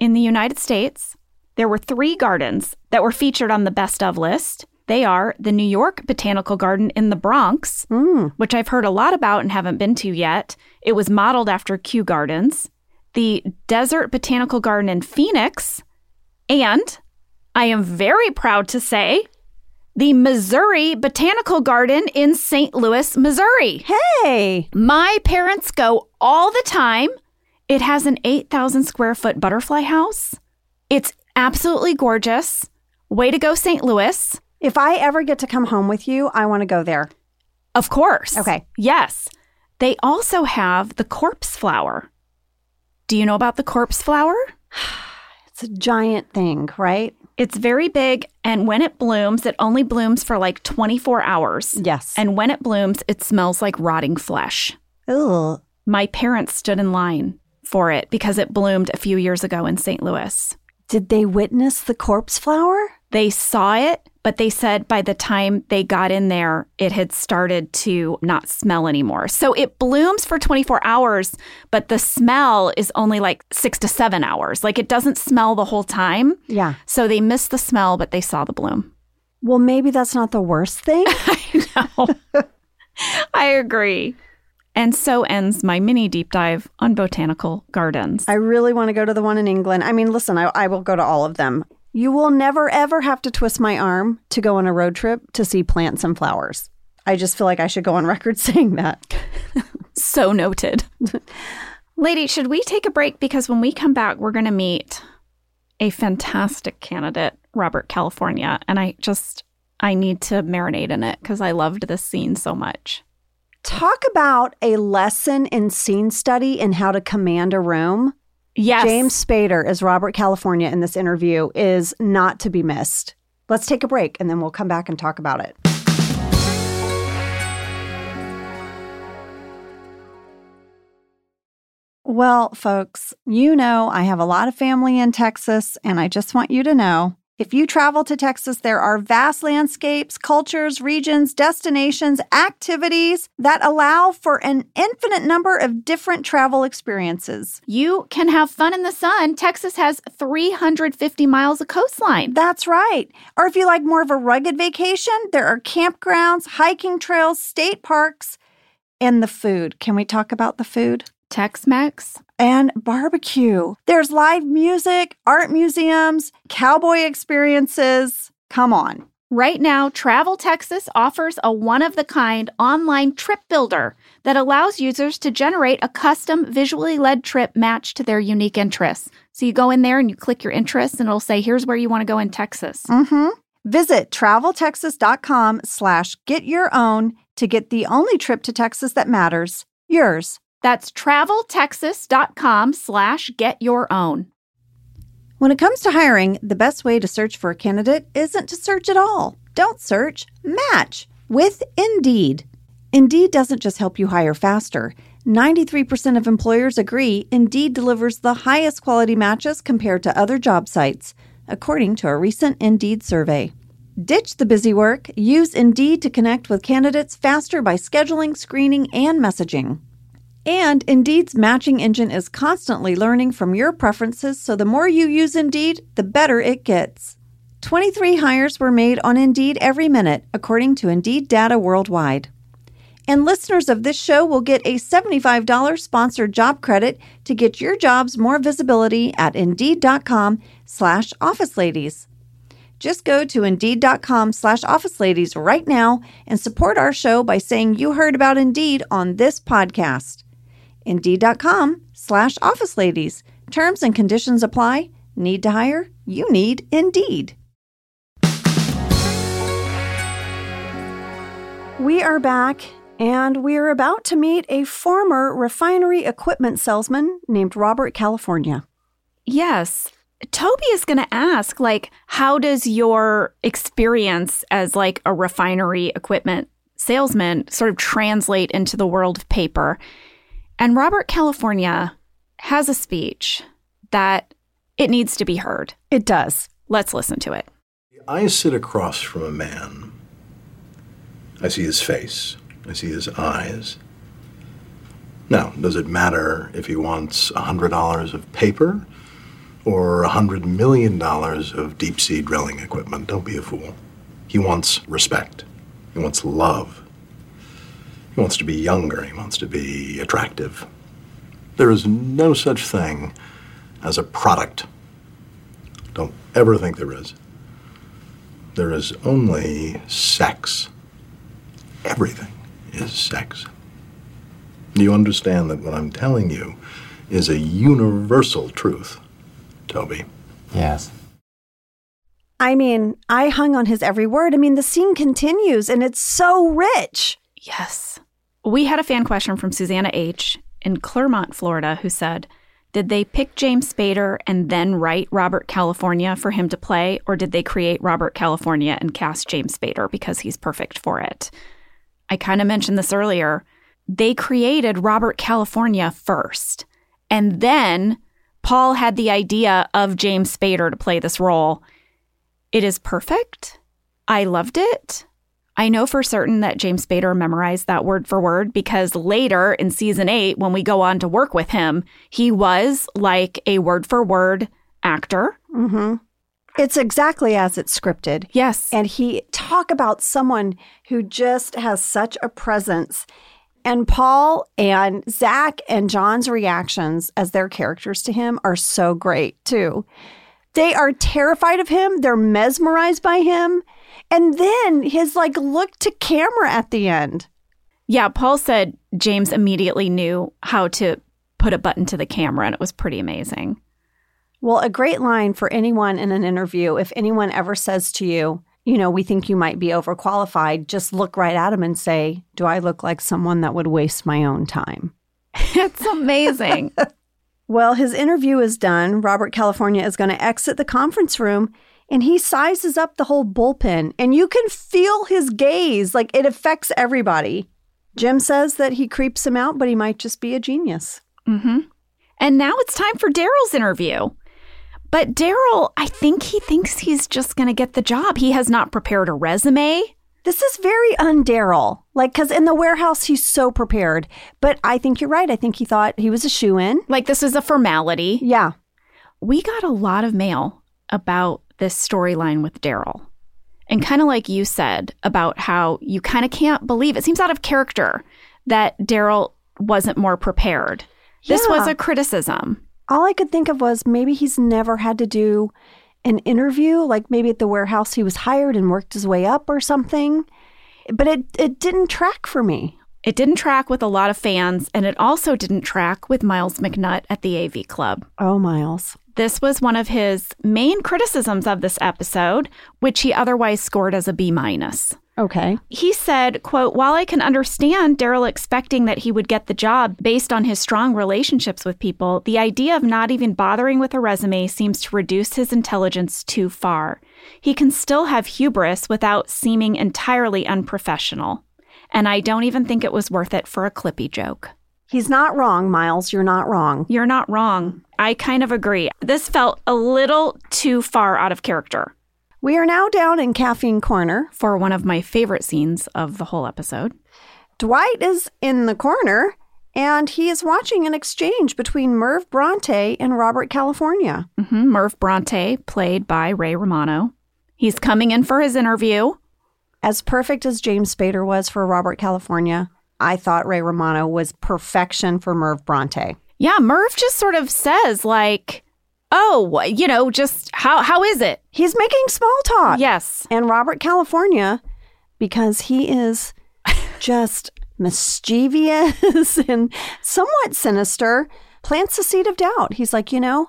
B: In the United States, there were three gardens that were featured on the best of list. They are the New York Botanical Garden in the Bronx,
A: Mm.
B: which I've heard a lot about and haven't been to yet. It was modeled after Kew Gardens, the Desert Botanical Garden in Phoenix, and I am very proud to say the Missouri Botanical Garden in St. Louis, Missouri.
A: Hey.
B: My parents go all the time. It has an 8,000 square foot butterfly house. It's absolutely gorgeous. Way to go, St. Louis.
A: If I ever get to come home with you, I want to go there.
B: Of course.
A: Okay.
B: Yes. They also have the corpse flower. Do you know about the corpse flower?
A: It's a giant thing, right?
B: It's very big, and when it blooms, it only blooms for like 24 hours.
A: Yes.
B: And when it blooms, it smells like rotting flesh.
A: Ugh.
B: My parents stood in line for it because it bloomed a few years ago in St. Louis.
A: Did they witness the corpse flower?
B: They saw it, but they said by the time they got in there, it had started to not smell anymore. So it blooms for 24 hours, but the smell is only like six to seven hours. Like it doesn't smell the whole time.
A: Yeah.
B: So they missed the smell, but they saw the bloom.
A: Well, maybe that's not the worst thing.
B: I agree. And so ends my mini deep dive on botanical gardens.
A: I really want to go to the one in England. I mean, listen, I, I will go to all of them. You will never, ever have to twist my arm to go on a road trip to see plants and flowers. I just feel like I should go on record saying that.
B: So noted. Lady, should we take a break? Because when we come back, we're going to meet a fantastic candidate, Robert California. And I just, I need to marinate in it because I loved this scene so much.
A: Talk about a lesson in scene study and how to command a room.
B: Yes.
A: James Spader as Robert California in this interview is not to be missed. Let's take a break and then we'll come back and talk about it. Well, folks, you know I have a lot of family in Texas, and I just want you to know if you travel to Texas, there are vast landscapes, cultures, regions, destinations, activities that allow for an infinite number of different travel experiences.
B: You can have fun in the sun. Texas has 350 miles of coastline.
A: That's right. Or if you like more of a rugged vacation, there are campgrounds, hiking trails, state parks, and the food. Can we talk about the food?
B: Tex Mex.
A: And barbecue. There's live music, art museums, cowboy experiences. Come on.
B: Right now, Travel Texas offers a one of the kind online trip builder that allows users to generate a custom visually led trip matched to their unique interests. So you go in there and you click your interests, and it'll say, here's where you want to go in Texas.
A: Mm-hmm. Visit traveltexas.com slash get your own to get the only trip to Texas that matters, yours.
B: That's traveltexas.com slash get your own.
A: When it comes to hiring, the best way to search for a candidate isn't to search at all. Don't search, match with Indeed. Indeed doesn't just help you hire faster. 93% of employers agree Indeed delivers the highest quality matches compared to other job sites, according to a recent Indeed survey. Ditch the busy work. Use Indeed to connect with candidates faster by scheduling, screening, and messaging.
E: And Indeed's matching engine is constantly learning from your preferences, so the more you use Indeed, the better it gets. 23 hires were made on Indeed every minute, according to Indeed data worldwide. And listeners of this show will get a $75 sponsored job credit to get your jobs more visibility at Indeed.com slash Office Ladies. Just go to Indeed.com slash Office Ladies right now and support our show by saying you heard about Indeed on this podcast. Indeed.com slash Office Ladies. Terms and conditions apply. Need to hire? You need Indeed.
A: We are back, and we are about to meet a former refinery equipment salesman named Robert California.
B: Yes. Toby is going to ask like how does your experience as like a refinery equipment salesman sort of translate into the world of paper? And Robert California has a speech that it needs to be heard.
A: It does.
B: Let's listen to it.
F: I sit across from a man. I see his face. I see his eyes. Now, does it matter if he wants $100 of paper or $100 million of deep sea drilling equipment? Don't be a fool. He wants respect. He wants love. He wants to be younger. He wants to be attractive. There is no such thing as a product. Don't ever think there is. There is only sex. Everything is sex. Do you understand that what I'm telling you is a universal truth, Toby?
G: Yes.
A: I mean, I hung on his every word. I mean, the scene continues and it's so rich.
B: Yes. We had a fan question from Susanna H. in Clermont, Florida, who said, Did they pick James Spader and then write Robert California for him to play, or did they create Robert California and cast James Spader because he's perfect for it? I kind of mentioned this earlier. They created Robert California first, and then Paul had the idea of James Spader to play this role. It is perfect. I loved it. I know for certain that James Spader memorized that word for word because later in season eight, when we go on to work with him, he was like a word for word actor.
A: Mm-hmm. It's exactly as it's scripted.
B: Yes.
A: And he talk about someone who just has such a presence. And Paul and Zach and John's reactions as their characters to him are so great too. They are terrified of him, they're mesmerized by him. And then his like look to camera at the end.
B: yeah, Paul said James immediately knew how to put a button to the camera, and it was pretty amazing.
A: Well, a great line for anyone in an interview if anyone ever says to you, you know, we think you might be overqualified, just look right at him and say, Do I look like someone that would waste my own time?
B: it's amazing.
A: Well, his interview is done. Robert California is going to exit the conference room and he sizes up the whole bullpen. And you can feel his gaze, like it affects everybody. Jim says that he creeps him out, but he might just be a genius.
B: Mm-hmm. And now it's time for Daryl's interview. But Daryl, I think he thinks he's just going to get the job. He has not prepared a resume.
A: This is very undaryl. Like, because in the warehouse, he's so prepared. But I think you're right. I think he thought he was a shoe in.
B: Like, this is a formality.
A: Yeah.
B: We got a lot of mail about this storyline with Daryl. And kind of like you said about how you kind of can't believe it seems out of character that Daryl wasn't more prepared. This
A: Yeah.
B: was a criticism.
A: All I could think of was maybe he's never had to do an interview. Like, maybe at the warehouse, he was hired and worked his way up or something. But it, it didn't track for me.
B: It didn't track with a lot of fans, and it also didn't track with Miles McNutt at the AV Club.
A: Oh, Miles.
B: This was one of his main criticisms of this episode, which he otherwise scored as a B minus.
A: Okay.
B: He said, quote, While I can understand Daryl expecting that he would get the job based on his strong relationships with people, the idea of not even bothering with a resume seems to reduce his intelligence too far. He can still have hubris without seeming entirely unprofessional. And I don't even think it was worth it for a clippy joke.
A: He's not wrong, Miles. You're not wrong.
B: You're not wrong. I kind of agree. This felt a little too far out of character
A: We are now down in Caffeine Corner.
B: for one of my favorite scenes of the whole episode.
A: Dwight is in the corner And he is watching an exchange between Merv Bronte and Robert California.
B: hmm Merv Bronte, played by Ray Romano. He's coming in for his interview.
A: As perfect as James Spader was for Robert California, I thought Ray Romano was perfection for Merv Bronte.
B: Yeah, Merv just sort of says, like, oh, you know, just how how is it?
A: He's making small talk.
B: Yes.
A: and Robert California because he is just mischievous and somewhat sinister, plants the seed of doubt. He's like, you know,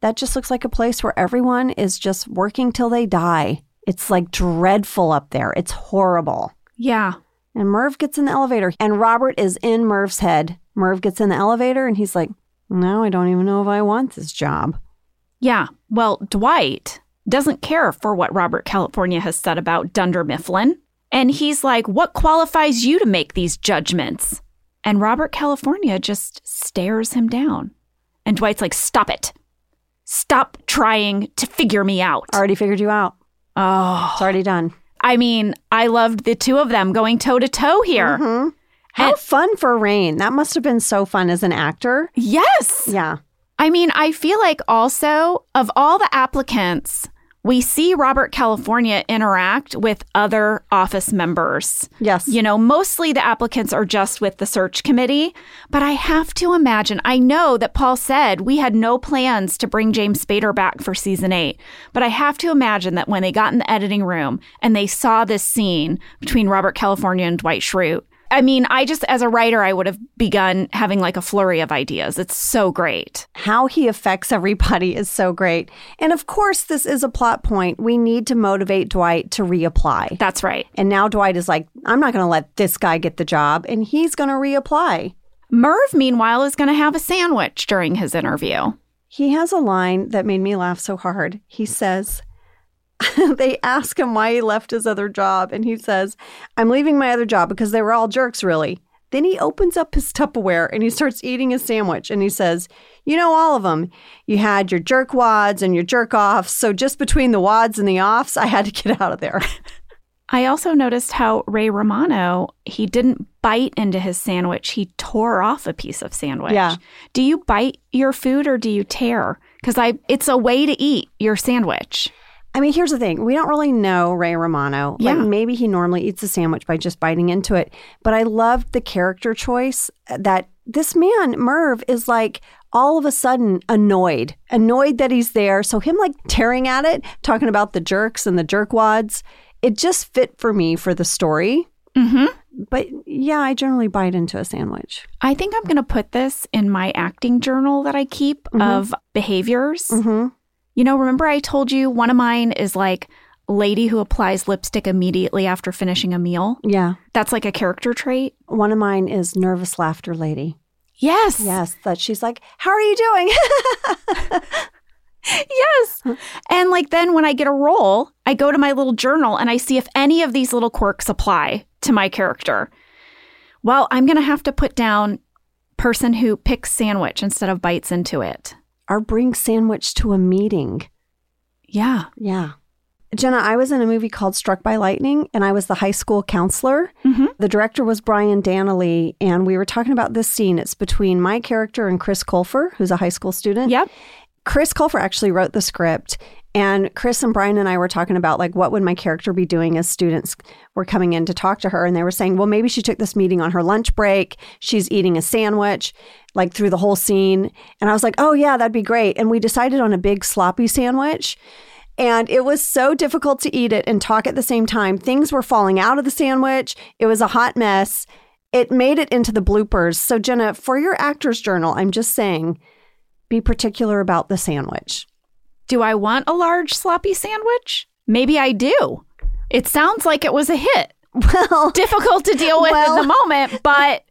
A: that just looks like a place where everyone is just working till they die. It's like dreadful up there. It's horrible.
B: Yeah.
A: And Merv gets in the elevator and Robert is in Merv's head. Merv gets in the elevator and he's like, no, I don't even know if I want this job.
B: Yeah. Well, Dwight doesn't care for what Robert California has said about Dunder Mifflin. And he's like, What qualifies you to make these judgments? And Robert California just stares him down. And Dwight's like, Stop it. Stop trying to figure me out.
A: I already figured you out.
B: Oh,
A: It's already done.
B: I mean, I loved the two of them going toe to toe here.
A: How
B: And-
A: fun for Rain. That must have been so fun as an actor.
B: Yes.
A: Yeah.
B: I mean, I feel like also of all the applicants, we see Robert California interact with other office members.
A: Yes.
B: You know, mostly the applicants are just with the search committee, but I have to imagine. I know that Paul said we had no plans to bring James Spader back for season eight, but I have to imagine that when they got in the editing room and they saw this scene between Robert California and Dwight Schrute, I mean, I just, as a writer, I would have begun having like a flurry of ideas. It's so great.
A: How he affects everybody is so great. And of course, this is a plot point. We need to motivate Dwight to reapply.
B: That's right.
A: And now Dwight is like, I'm not going to let this guy get the job, and he's going to reapply.
B: Merv, meanwhile, is going to have a sandwich during his interview.
A: He has a line that made me laugh so hard. He says, they ask him why he left his other job, and he says, I'm leaving my other job because they were all jerks, really. Then he opens up his Tupperware and he starts eating his sandwich and he says, You know, all of them. You had your jerk wads and your jerk offs. So just between the wads and the offs, I had to get out of there.
B: I also noticed how Ray Romano, he didn't bite into his sandwich. He tore off a piece of sandwich.
A: Yeah.
B: Do you bite your food or do you tear? Because I it's a way to eat your sandwich.
A: I mean, here's the thing. We don't really know Ray Romano.
B: Yeah.
A: Like maybe he normally eats a sandwich by just biting into it. But I loved the character choice uh, that this man, Merv, is like all of a sudden annoyed, annoyed that he's there. So him like tearing at it, talking about the jerks and the jerkwads, it just fit for me for the story.
B: Mm-hmm.
A: But yeah, I generally bite into a sandwich.
B: I think I'm gonna put this in my acting journal that I keep of behaviors.
A: hmm
B: You know, remember I told you one of mine is like lady who applies lipstick immediately after finishing a meal?
A: Yeah.
B: That's like a character trait.
A: One of mine is nervous laughter lady.
B: Yes.
A: Yes, that she's like, "How are you doing?"
B: Yes. And like then when I get a role, I go to my little journal and I see if any of these little quirks apply to my character. Well, I'm going to have to put down person who picks sandwich instead of bites into it.
A: or bring sandwich to a meeting.
B: Yeah.
A: Yeah. Jenna, I was in a movie called Struck by Lightning, and I was the high school counselor. The director was Brian Danley, and we were talking about this scene. It's between my character and Chris Colfer, who's a high school student.
B: Yep.
A: Chris Colfer actually wrote the script, and Chris and Brian and I were talking about like what would my character be doing as students were coming in to talk to her, and they were saying, well, maybe she took this meeting on her lunch break. She's eating a sandwich, like through the whole scene, and I was like, oh yeah, that'd be great. And we decided on a big sloppy sandwich. And it was so difficult to eat it and talk at the same time. Things were falling out of the sandwich. It was a hot mess. It made it into the bloopers. So, Jenna, for your actor's journal, I'm just saying be particular about the sandwich.
B: Do I want a large sloppy sandwich? Maybe I do. It sounds like it was a hit.
A: Well,
B: Difficult to deal with
A: Well-
B: in the moment, but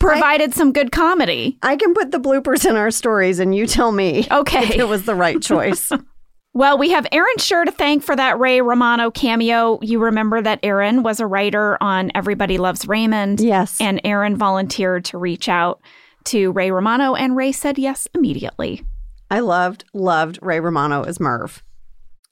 B: provided some good comedy.
A: I can put the bloopers in our stories and you tell me
B: Okay.
A: if it was the right choice.
B: Well, we have Aaron Sure to thank for that Ray Romano cameo. You remember that Aaron was a writer on Everybody Loves Raymond.
A: Yes.
B: And Aaron volunteered to reach out to Ray Romano, and Ray said yes immediately.
A: I loved, loved Ray Romano as Merv.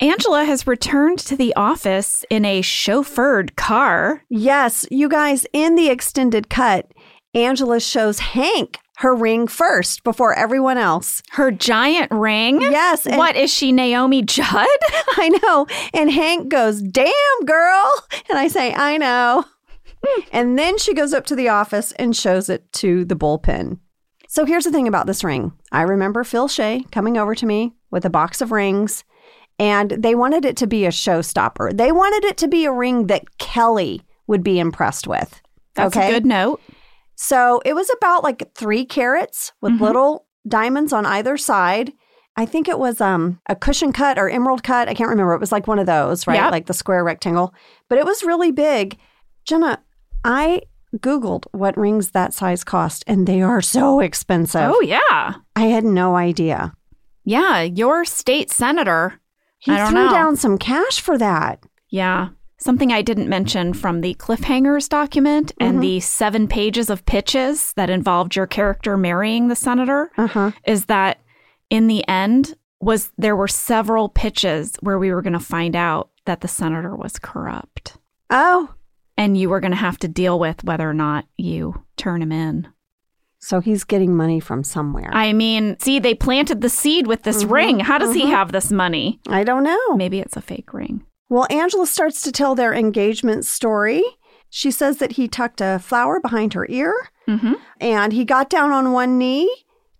B: Angela has returned to the office in a chauffeured car.
A: Yes, you guys, in the extended cut, Angela shows Hank her ring first before everyone else.
B: Her giant ring?
A: Yes, and-
B: What is she, Naomi Judd?
A: I know. And Hank goes, Damn, girl. And I say, I know. and then she goes up to the office and shows it to the bullpen. So here's the thing about this ring I remember Phil Shea coming over to me with a box of rings, and they wanted it to be a showstopper. They wanted it to be a ring that Kelly would be impressed with.
B: That's
A: okay.
B: a good note.
A: So it was about like three carats with
B: Mm-hmm.
A: little diamonds on either side. I think it was um, a cushion cut or emerald cut. I can't remember. It was like one of those, right?
B: Yep.
A: Like the square rectangle. But it was really big. Jenna, I Googled what rings that size cost, and they are so expensive.
B: Oh, yeah.
A: I had no idea.
B: Yeah, your state senator.
A: He
B: I don't
A: threw
B: know.
A: down some cash for that.
B: Yeah. Something I didn't mention from the cliffhangers document and the seven pages of pitches that involved your character marrying the senator
A: Uh-huh.
B: is that in the end was there were several pitches where we were going to find out that the senator was corrupt
A: Oh,
B: and you were going to have to deal with whether or not you turn him in.
A: so he's getting money from somewhere.
B: I mean, see they planted the seed with this ring. How does he have this money?
A: I don't know.
B: Maybe it's a fake ring.
A: Well, Angela starts to tell their engagement story. She says that he tucked a flower behind her ear
B: Mhm.
A: and he got down on one knee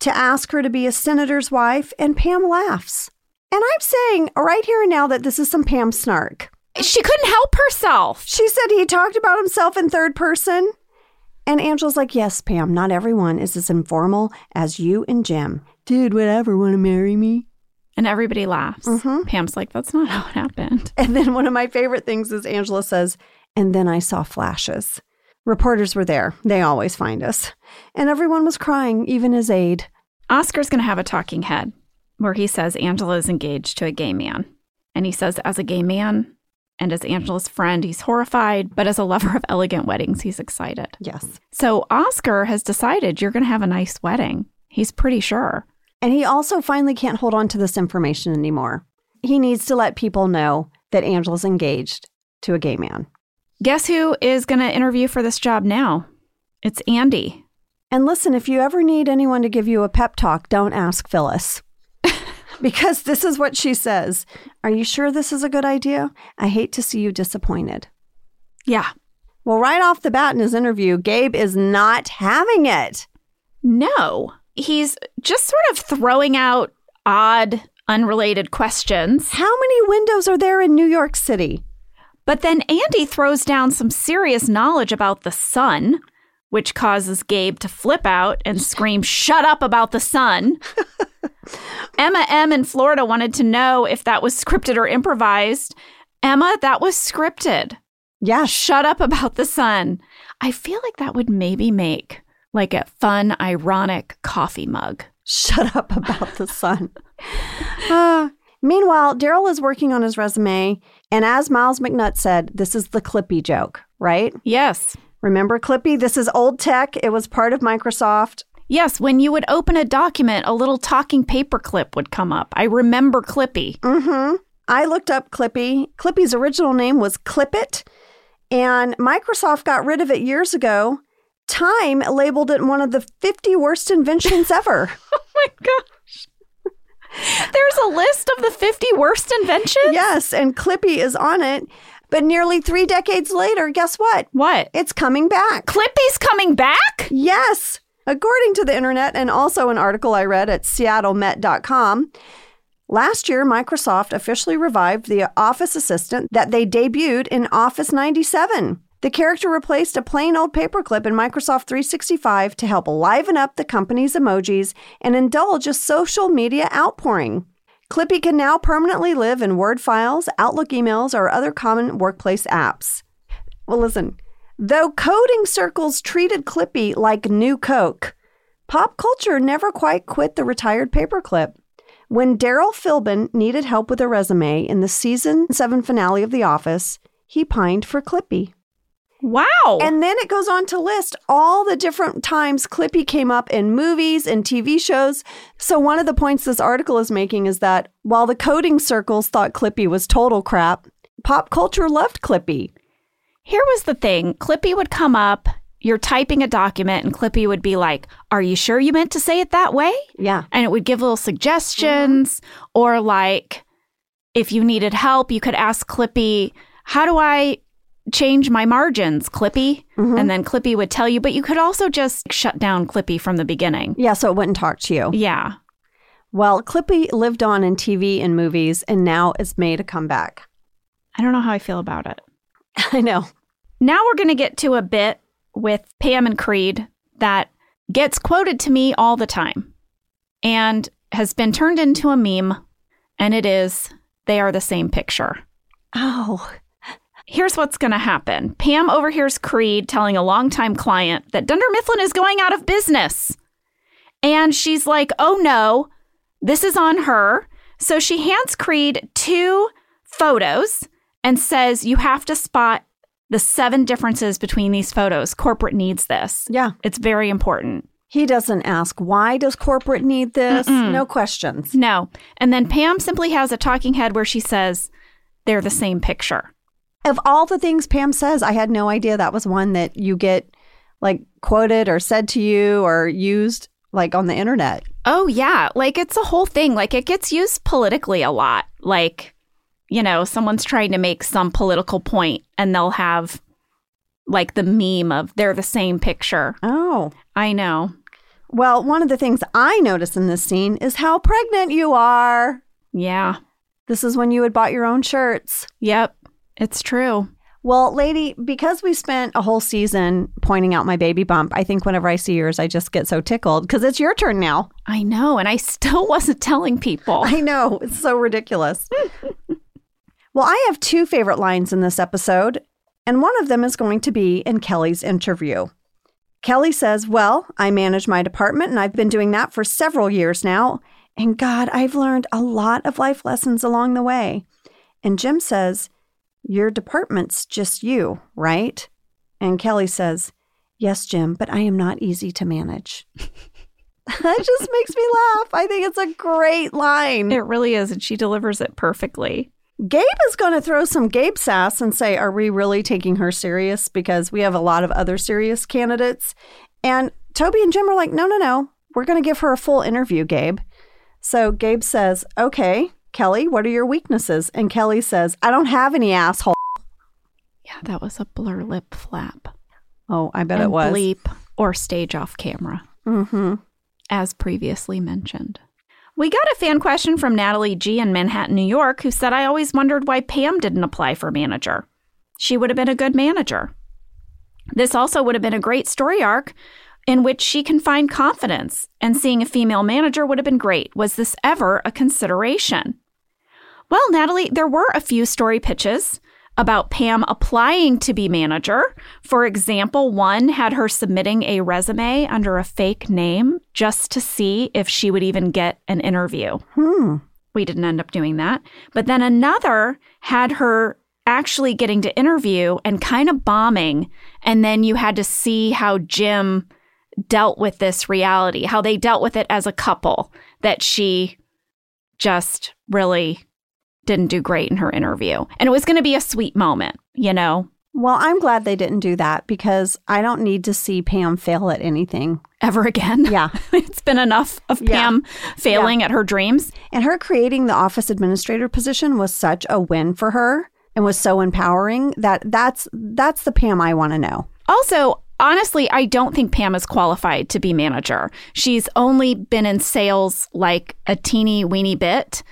A: to ask her to be a senator's wife, and Pam laughs. And I'm saying right here and now that this is some Pam snark.
B: She couldn't help herself.
A: She said he talked about himself in third person. And Angela's like, Yes, Pam, not everyone is as informal as you and Jim. Dude, would ever want to marry me?
B: And everybody laughs.
A: Mhm.
B: Pam's like, that's not how it happened.
A: And then one of my favorite things is Angela says, and then I saw flashes. Reporters were there. They always find us. And everyone was crying, even his aide.
B: Oscar's going to have a talking head where he says Angela is engaged to a gay man. And he says, as a gay man and as Angela's friend, he's horrified, but as a lover of elegant weddings, he's excited.
A: Yes.
B: So Oscar has decided you're going to have a nice wedding. He's pretty sure.
A: And he also finally can't hold on to this information anymore. He needs to let people know that Angela's engaged to a gay man.
B: Guess who is going to interview for this job now? It's Andy.
A: And listen, if you ever need anyone to give you a pep talk, don't ask Phyllis. because this is what she says Are you sure this is a good idea? I hate to see you disappointed.
B: Yeah.
A: Well, right off the bat in his interview, Gabe is not having it.
B: No. He's just sort of throwing out odd, unrelated questions.
A: How many windows are there in New York City?
B: But then Andy throws down some serious knowledge about the sun, which causes Gabe to flip out and scream, Shut up about the sun. Emma M in Florida wanted to know if that was scripted or improvised. Emma, that was scripted.
A: Yeah, sh-
B: Shut up about the sun. I feel like that would maybe make like a fun, ironic coffee mug.
A: shut up about the sun. Uh, meanwhile, Daryl is working on his resume. And as Miles McNutt said, this is the Clippy joke, right?
B: Yes.
A: Remember Clippy? This is old tech. It was part of Microsoft.
B: Yes, when you would open a document, a little talking paper clip would come up. I remember Clippy.
A: Mm-hmm. I looked up Clippy. Clippy's original name was Clipit, and Microsoft got rid of it years ago. Time labeled it one of the 50 worst inventions ever.
B: my gosh. There's a list of the 50 worst inventions?
A: yes, and Clippy is on it. But nearly three decades later, guess what?
B: What?
A: It's coming back.
B: Clippy's coming back?
A: Yes. According to the internet and also an article I read at seattlemet.com, last year Microsoft officially revived the Office Assistant that they debuted in Office 97. The character replaced a plain old paperclip in Microsoft 365 to help liven up the company's emojis and indulge a social media outpouring. Clippy can now permanently live in Word files, Outlook emails, or other common workplace apps. Well, listen, though coding circles treated Clippy like new Coke, pop culture never quite quit the retired paperclip. When Daryl Philbin needed help with a resume in the season seven finale of The Office, he pined for Clippy.
B: Wow.
A: And then it goes on to list all the different times Clippy came up in movies and TV shows. So, one of the points this article is making is that while the coding circles thought Clippy was total crap, pop culture loved Clippy.
B: Here was the thing Clippy would come up. you're typing a document, and Clippy would be like, Are you sure you meant to say it that way?
A: Yeah.
B: And it would give little suggestions, or like, if you needed help, you could ask Clippy, How do I change my margins, Clippy? And then Clippy would tell you, but you could also just shut down Clippy from the beginning.
A: Yeah, so it wouldn't talk to you.
B: Yeah.
A: Well, Clippy lived on in TV and movies, and now it's made a comeback.
B: I don't know how I feel about it.
A: I know.
B: Now we're going to get to a bit with Pam and Creed that gets quoted to me all the time and has been turned into a meme, and it is they are the same picture.
A: Oh,
B: Here's what's going to happen Pam overhears Creed telling a longtime client that Dunder Mifflin is going out of business. And she's like, oh no, this is on her. So she hands Creed two photos and says, you have to spot the seven differences between these photos. Corporate needs this.
A: yeah.
B: It's very important.
A: He doesn't ask, why does corporate need this? No questions.
B: No. And then Pam simply has a talking head where she says, they're the same picture.
A: Of all the things Pam says, I had no idea that was one that you get like quoted or said to you or used like on the internet.
B: Oh, yeah. Like it's a whole thing. Like it gets used politically a lot. Like, you know, someone's trying to make some political point and they'll have like the meme of they're the same picture.
A: Oh.
B: I know.
A: Well, one of the things I notice in this scene is how pregnant you are.
B: Yeah.
A: This is when you had bought your own shirts.
B: Yep. It's true.
A: Well, lady, because we spent a whole season pointing out my baby bump, I think whenever I see yours, I just get so tickled because it's your turn now.
B: I know. And I still wasn't telling people.
A: I know. It's so ridiculous. well, I have two favorite lines in this episode, and one of them is going to be in Kelly's interview. Kelly says, Well, I manage my department and I've been doing that for several years now. And God, I've learned a lot of life lessons along the way. And Jim says, Your department's just you, right? And Kelly says, Yes, Jim, but I am not easy to manage. that just makes me laugh. I think it's a great line.
B: It really is. And she delivers it perfectly.
A: Gabe is going to throw some Gabe sass and say, Are we really taking her serious? Because we have a lot of other serious candidates. And Toby and Jim are like, No, no, no. We're going to give her a full interview, Gabe. So Gabe says, Okay, Kelly, what are your weaknesses? And Kelly says, I don't have any asshole.
B: Yeah. That was a blur lip flap.
A: Oh, I bet
B: and
A: it was.
B: bleep or stage off camera.
A: Mm-hmm.
B: as previously mentioned. We got a fan question from Natalie G in Manhattan, New York, who said, I always wondered why Pam didn't apply for manager. She would have been a good manager. This also would have been a great story arc in which she can find confidence, and seeing a female manager would have been great. Was this ever a consideration? Well, Natalie, there were a few story pitches about Pam applying to be manager. For example, one had her submitting a resume under a fake name just to see if she would even get an interview.
A: Hmm.
B: We didn't end up doing that. But then another had her actually getting to interview and kind of bombing. And then you had to see how Jim dealt with this reality, how they dealt with it as a couple, that she just really didn't do great in her interview. And it was going to be a sweet moment, you know?
A: Well, I'm glad they didn't do that because I don't need to see Pam fail at anything.
B: Ever again.
A: Yeah.
B: it's been enough of
A: Yeah.
B: Pam failing at her dreams.
A: And her creating the office administrator position was such a win for her and was so empowering that that's that's the Pam I want to know.
B: Also, honestly, I don't think Pam is qualified to be manager. She's only been in sales like a teeny weeny bit.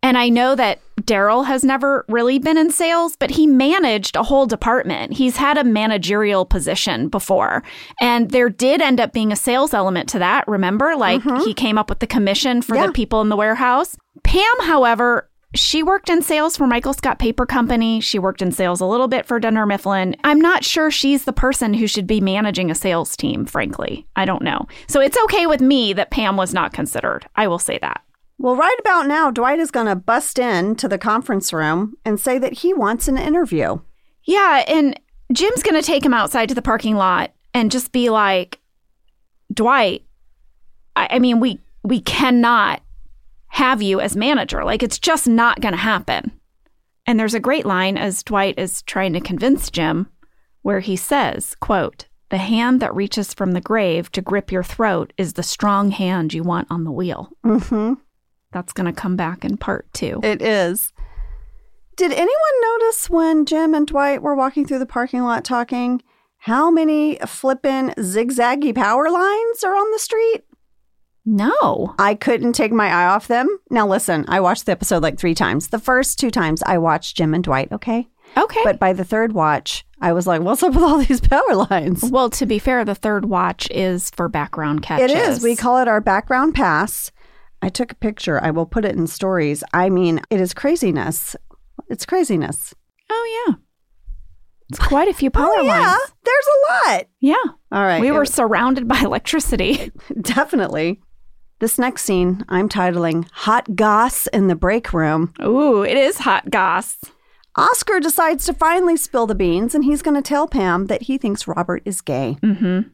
B: And I know that Daryl has never really been in sales, but he managed a whole department. He's had a managerial position before. And there did end up being a sales element to that, remember? Like he came up with the commission for
A: Yeah.
B: the people in the warehouse. Pam, however, she worked in sales for Michael Scott Paper Company. She worked in sales a little bit for Dunder Mifflin. I'm not sure she's the person who should be managing a sales team, frankly. I don't know. So it's okay with me that Pam was not considered. I will say that.
A: Well, right about now, Dwight is going to bust in to the conference room and say that he wants an interview.
B: Yeah, and Jim's going to take him outside to the parking lot and just be like, Dwight, I, I mean, we we cannot have you as manager. Like, it's just not going to happen. And there's a great line as Dwight is trying to convince Jim, where he says, "quote The hand that reaches from the grave to grip your throat is the strong hand you want on the wheel.
A: Mm-hmm.
B: That's going to come back in part two.
A: It is. Did anyone notice when Jim and Dwight were walking through the parking lot talking how many flippin' zigzaggy power lines are on the street?
B: No.
A: I couldn't take my eye off them. Now, listen, I watched the episode like three times. The first two times I watched Jim and Dwight, okay?
B: Okay.
A: But by the third watch, I was like, what's up with all these power lines?
B: well, to be fair, the third watch is for background catches.
A: It is. We call it our background pass. I took a picture. I will put it in stories. I mean, it is craziness. It's craziness.
B: Oh yeah. It's quite a few power
A: oh, yeah.
B: lines.
A: There's a lot.
B: Yeah.
A: All right.
B: we
A: It
B: were
A: was-
B: surrounded by electricity.
A: definitely. This next scene I'm titling Hot Goss in the Break Room.
B: Ooh, it is hot goss.
A: Oscar decides to finally spill the beans and he's going to tell Pam that he thinks Robert is gay.
B: Mm-hmm.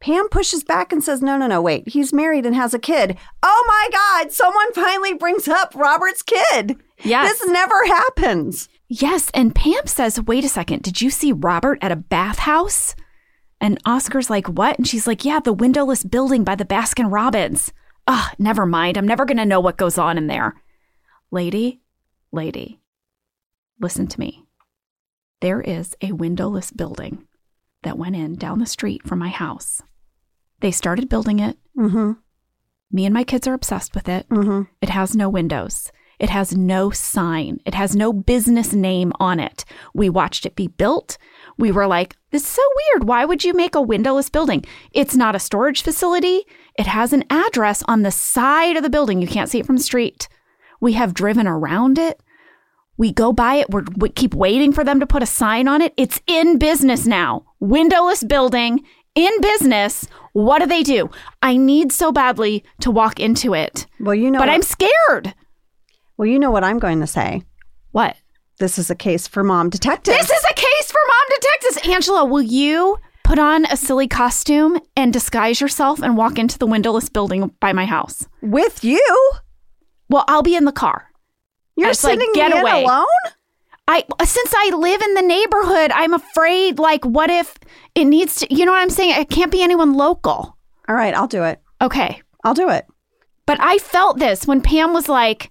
A: Pam pushes back and says, No, no, no, wait. He's married and has a kid. Oh my God, someone finally brings up Robert's kid.
B: Yes.
A: This never happens.
B: Yes, and Pam says, "Wait a second. Did you see Robert at a bathhouse?" And Oscar's like, "What?" And she's like, "Yeah, the windowless building by the Baskin Robbins." Ugh, never mind. I'm never going to know what goes on in there. Lady, lady, listen to me. There is a windowless building that went in down the street from my house. They started building it.
A: Mm
B: Me and my kids are obsessed with it.
A: hmm. Mm hmm.
B: It has no windows. It has no sign. It has no business name on it. We watched it be built. We were like, this is so weird. Why would you make a windowless building? It's not a storage facility. It has an address on the side of the building. You can't see it from the street. We have driven around it. We go by it. We're, we keep waiting for them to put a sign on it. It's in business now. Windowless building, in business. What do they do? I need so badly to walk into it
A: Well, you know.
B: but
A: what-
B: I'm scared.
A: Well, you know what I'm going to say.
B: What?
A: This is a case for mom detective.
B: This is a case for mom detectives. Angela, will you put on a silly costume and disguise yourself and walk into the windowless building by my house?
A: with you.
B: Well, I'll be in the car.
A: You're
B: It's like,
A: sitting
B: get
A: me in
B: away.
A: alone.
B: I since I live in the neighborhood, I'm afraid like what if it needs to you know what I'm saying? It can't be anyone local.
A: All right, I'll do it.
B: Okay.
A: I'll do it.
B: But I felt this when Pam was like,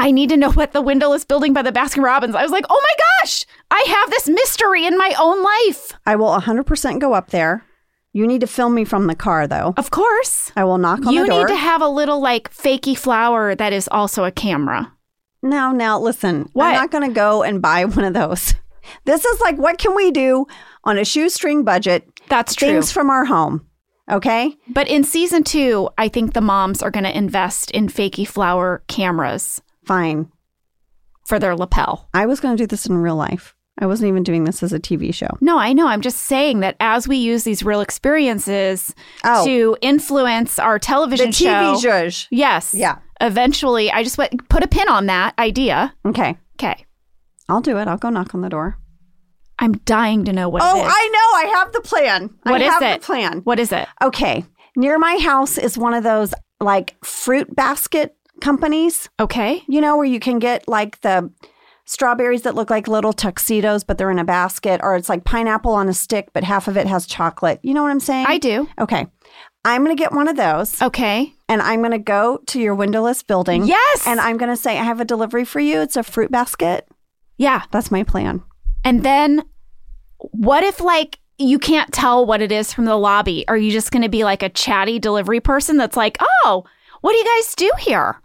B: I need to know what the windowless building by the Baskin Robbins. I was like, oh my gosh, I have this mystery in my own life.
A: I will 100% go up there. You need to film me from the car, though.
B: Of course.
A: I will knock on
B: you
A: the door.
B: need to have a little like fakey flower that is also a camera.
A: Now, now, listen.
B: What?
A: I'm not going to go and buy one of those. This is like, what can we do on a shoestring budget?
B: That's true.
A: Things from our home. Okay.
B: but in season two, I think the moms are going to invest in fakey flower cameras
A: Fine.
B: for their lapel.
A: I was going to do this in real life. I wasn't even doing this as a TV show.
B: No, I know. I'm just saying that as we use these real experiences
A: Oh.
B: to influence our
A: The
B: television show.
A: TV judge.
B: Yes.
A: Yeah.
B: Eventually, I just went, put a pin on that idea.
A: Okay.
B: Okay.
A: I'll do it. I'll go knock on the door.
B: I'm dying to know what
A: oh,
B: it is.
A: I know. I have the plan.
B: What
A: I
B: is
A: have
B: it?
A: the plan.
B: What is it?
A: Okay. Near my house is one of those like fruit basket companies,
B: Okay.
A: you know, where you can get like the strawberries that look like little tuxedos, but they're in a basket, or it's like pineapple on a stick, but half of it has chocolate. You know what I'm saying?
B: I do.
A: Okay. I'm going to get one of those
B: Okay.
A: and I'm going to go to your windowless building.
B: Yes.
A: And I'm going to say, I have a delivery for you. It's a fruit basket.
B: Yeah.
A: That's my plan.
B: And then what if like you can't tell what it is from the lobby? Are you just going to be like a chatty delivery person that's like, "Oh, what do you guys do here?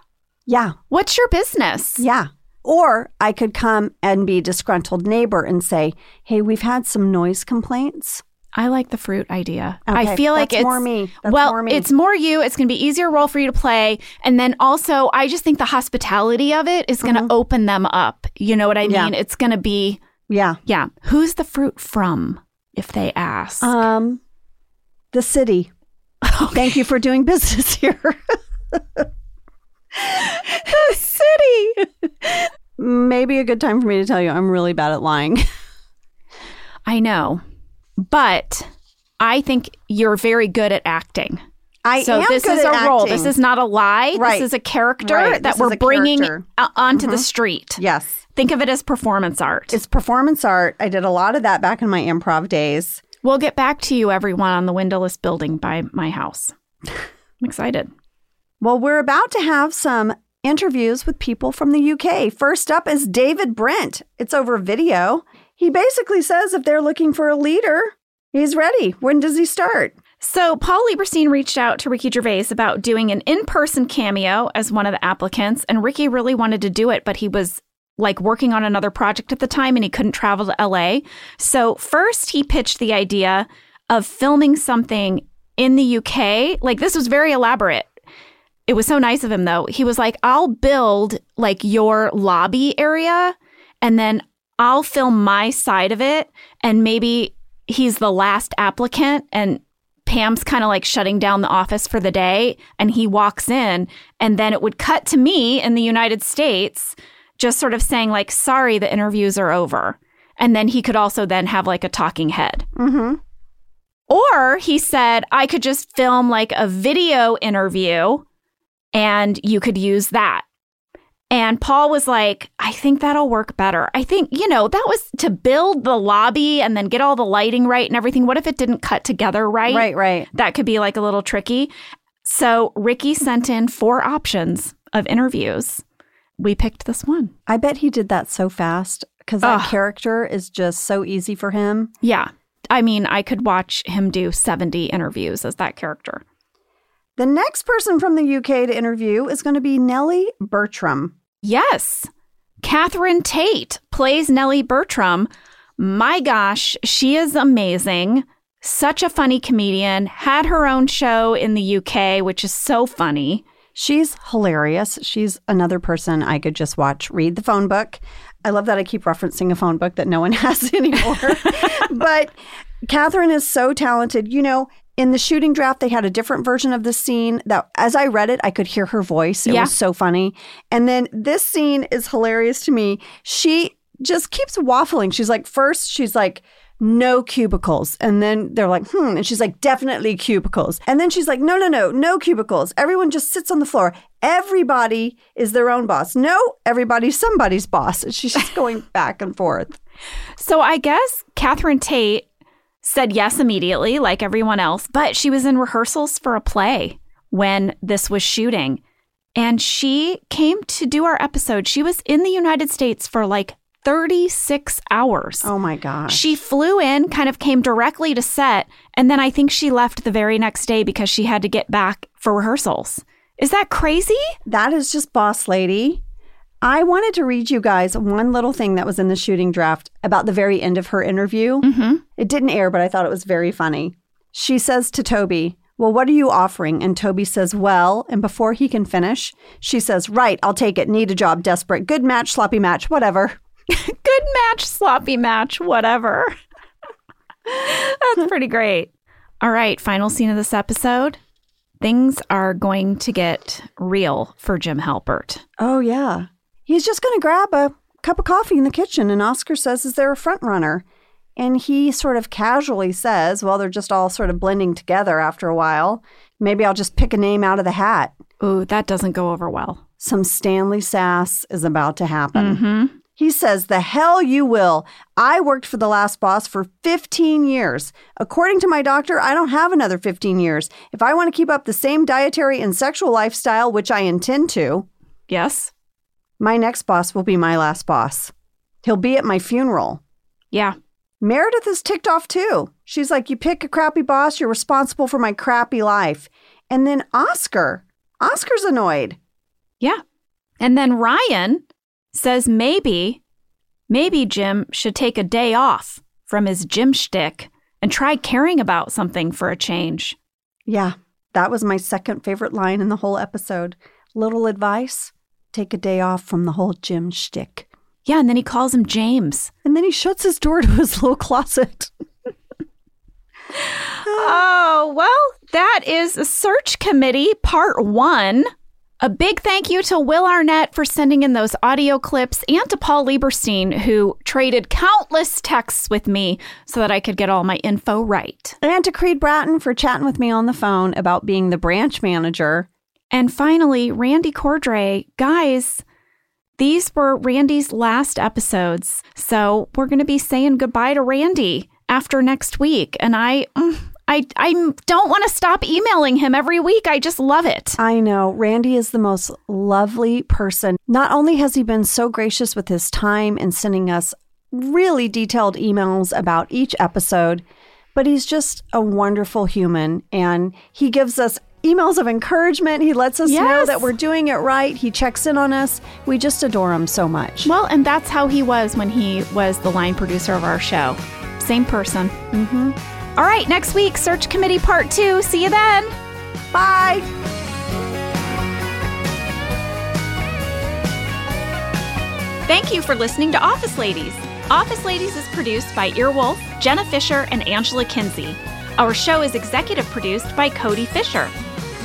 A: Yeah.
B: What's your business?"
A: Yeah. Or I could come and be a disgruntled neighbor and say, "Hey, we've had some noise complaints."
B: I like the fruit idea. I
A: Okay,
B: feel like
A: that's
B: it's
A: more me. That's
B: well,
A: more me.
B: it's more you. It's going to be easier role for you to play, and then also I just think the hospitality of it is going to open them up. You know what I
A: Mm-hmm. Yeah.
B: mean? It's going to be
A: Yeah.
B: yeah. Who's the fruit from? If they ask,
A: Um, the city. Thank you for doing business here. the city. Maybe a good time for me to tell you I'm really bad at lying.
B: I know, but I think you're very good at acting.
A: I
B: so
A: am
B: this
A: good
B: is a
A: at
B: role.
A: acting.
B: This is not a lie.
A: Right.
B: This is a character
A: Right.
B: that
A: This is
B: we're
A: a
B: bringing
A: character. Mm-hmm.
B: o- onto the street.
A: yes.
B: Think of it as performance art.
A: It's performance art. I did a lot of that back in my improv days.
B: We'll get back to you, everyone, on the windowless building by my house. I'm excited.
A: Well, we're about to have some interviews with people from the UK. First up is David Brent. It's over video. He basically says if they're looking for a leader, he's ready. When does he start?
B: So, Paul Lieberstein reached out to Ricky Gervais about doing an in person cameo as one of the applicants, and Ricky really wanted to do it, but he was like working on another project at the time and he couldn't travel to LA. So, first, he pitched the idea of filming something in the UK. Like, this was very elaborate. It was so nice of him, though. He was like, I'll build like your lobby area and then I'll film my side of it. And maybe he's the last applicant and Pam's kind of like shutting down the office for the day and he walks in and then it would cut to me in the United States just sort of saying like sorry the interviews are over and then he could also then have like a talking head.
A: Mm-hmm.
B: Or he said I could just film like a video interview and you could use that. And Paul was like, I think that'll work better. I think, you know, that was to build the lobby and then get all the lighting right and everything. What if it didn't cut together right?
A: Right, right.
B: That could be like a little tricky. So Ricky sent in four options of interviews. We picked this one.
A: I bet he did that so fast because that
B: Ugh.
A: character is just so easy for him.
B: Yeah. I mean, I could watch him do 70 interviews as that character.
A: The next person from the UK to interview is going to be Nellie Bertram.
B: Yes. Catherine Tate plays Nellie Bertram. My gosh, she is amazing. Such a funny comedian. Had her own show in the UK, which is so funny.
A: She's hilarious. She's another person I could just watch read the phone book. I love that I keep referencing a phone book that no one has anymore. but Catherine is so talented. You know, in the shooting draft, they had a different version of the scene that, as I read it, I could hear her voice. It
B: Yeah.
A: was so funny. And then this scene is hilarious to me. She just keeps waffling. She's like, first, she's like, no cubicles. And then they're like, hmm. And she's like, definitely cubicles. And then she's like, no, no, no, no cubicles. Everyone just sits on the floor. Everybody is their own boss. No, everybody's somebody's boss. And she's just going back and forth.
B: So I guess Catherine Tate said yes immediately, like everyone else, but she was in rehearsals for a play when this was shooting. And she came to do our episode. She was in the United States for like 36 hours.
A: Oh my gosh.
B: She flew in, kind of came directly to set, and then I think she left the very next day because she had to get back for rehearsals. Is that crazy?
A: That is just boss lady. I wanted to read you guys one little thing that was in the shooting draft about the very end of her interview. Mm-hmm. It didn't air, but I thought it was very funny. She says to Toby, Well, what are you offering? And Toby says, Well, and before he can finish, she says, Right, I'll take it. Need a job, desperate. Good match, sloppy match, whatever.
B: Good match, sloppy match, whatever. That's pretty great. All right, final scene of this episode. Things are going to get real for Jim Halpert.
A: Oh, yeah. He's just going to grab a cup of coffee in the kitchen, and Oscar says, Is there a front runner? And he sort of casually says, Well, they're just all sort of blending together after a while. Maybe I'll just pick a name out of the hat.
B: Ooh, that doesn't go over well.
A: Some Stanley Sass is about to happen.
B: hmm
A: He says, The hell you will. I worked for the last boss for 15 years. According to my doctor, I don't have another 15 years. If I want to keep up the same dietary and sexual lifestyle, which I intend to,
B: Yes.
A: my next boss will be my last boss. He'll be at my funeral.
B: Yeah.
A: Meredith is ticked off too. She's like, You pick a crappy boss, you're responsible for my crappy life. And then Oscar. Oscar's annoyed.
B: Yeah. And then Ryan says maybe, maybe Jim should take a day off from his gym shtick and try caring about something for a change.
A: Yeah, that was my second favorite line in the whole episode. Little advice take a day off from the whole gym shtick.
B: Yeah. And then he calls him James.
A: And then he shuts his door to his little closet.
B: Oh, well, that is Search Committee Part One. A big thank you to Will Arnett for sending in those audio clips and to Paul Lieberstein, who traded countless texts with me so that I could get all my info right.
A: And to Creed Bratton for chatting with me on the phone about being the branch manager.
B: And finally, Randy Cordray. Guys, these were Randy's last episodes. So we're going to be saying goodbye to Randy after next week, and I, mm, I, I don't want to stop emailing him every week. I just love it.
A: I know. Randy is the most lovely person. Not only has he been so gracious with his time and sending us really detailed emails about each episode, but he's just a wonderful human and he gives us emails of encouragement. He lets us know
B: Yes.
A: that we're doing it right. He checks in on us. We just adore him so much.
B: Well, and that's how he was when he was the line producer of our show. Same person. Mm-hmm. All right, next week, Search Committee Part 2. See you then.
A: Bye.
B: Thank you for listening to Office Ladies. Office Ladies is produced by Earwolf, Jenna Fisher, and Angela Kinsey. Our show is executive produced by Cody Fisher.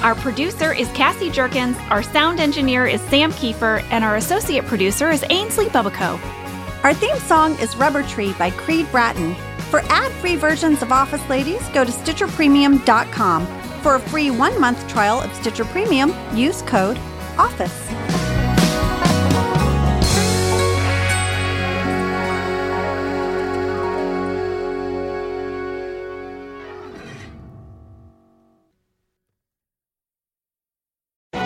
B: Our producer is Cassie Jerkins, our sound engineer is Sam Kiefer, and our associate producer is Ainsley Bubico.
E: Our theme song is Rubber Tree by Creed Bratton. For ad free versions of Office Ladies, go to StitcherPremium.com. For a free one month trial of Stitcher Premium, use code OFFICE.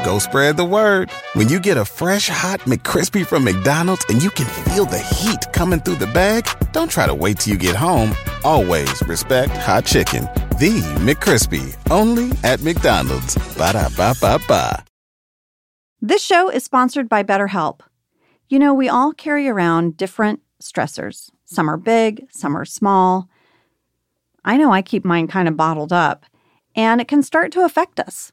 G: Go spread the word. When you get a fresh hot McCrispy from McDonald's and you can feel the heat coming through the bag, don't try to wait till you get home. Always respect hot chicken. The McCrispy, only at McDonald's. Ba da ba ba ba.
E: This show is sponsored by BetterHelp. You know, we all carry around different stressors. Some are big, some are small. I know I keep mine kind of bottled up, and it can start to affect us.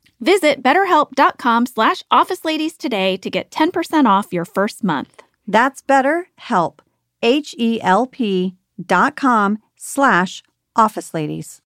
B: Visit betterhelp.com slash officeladies today to get 10% off your first month.
E: That's BetterHelp, H E L P dot com slash office ladies.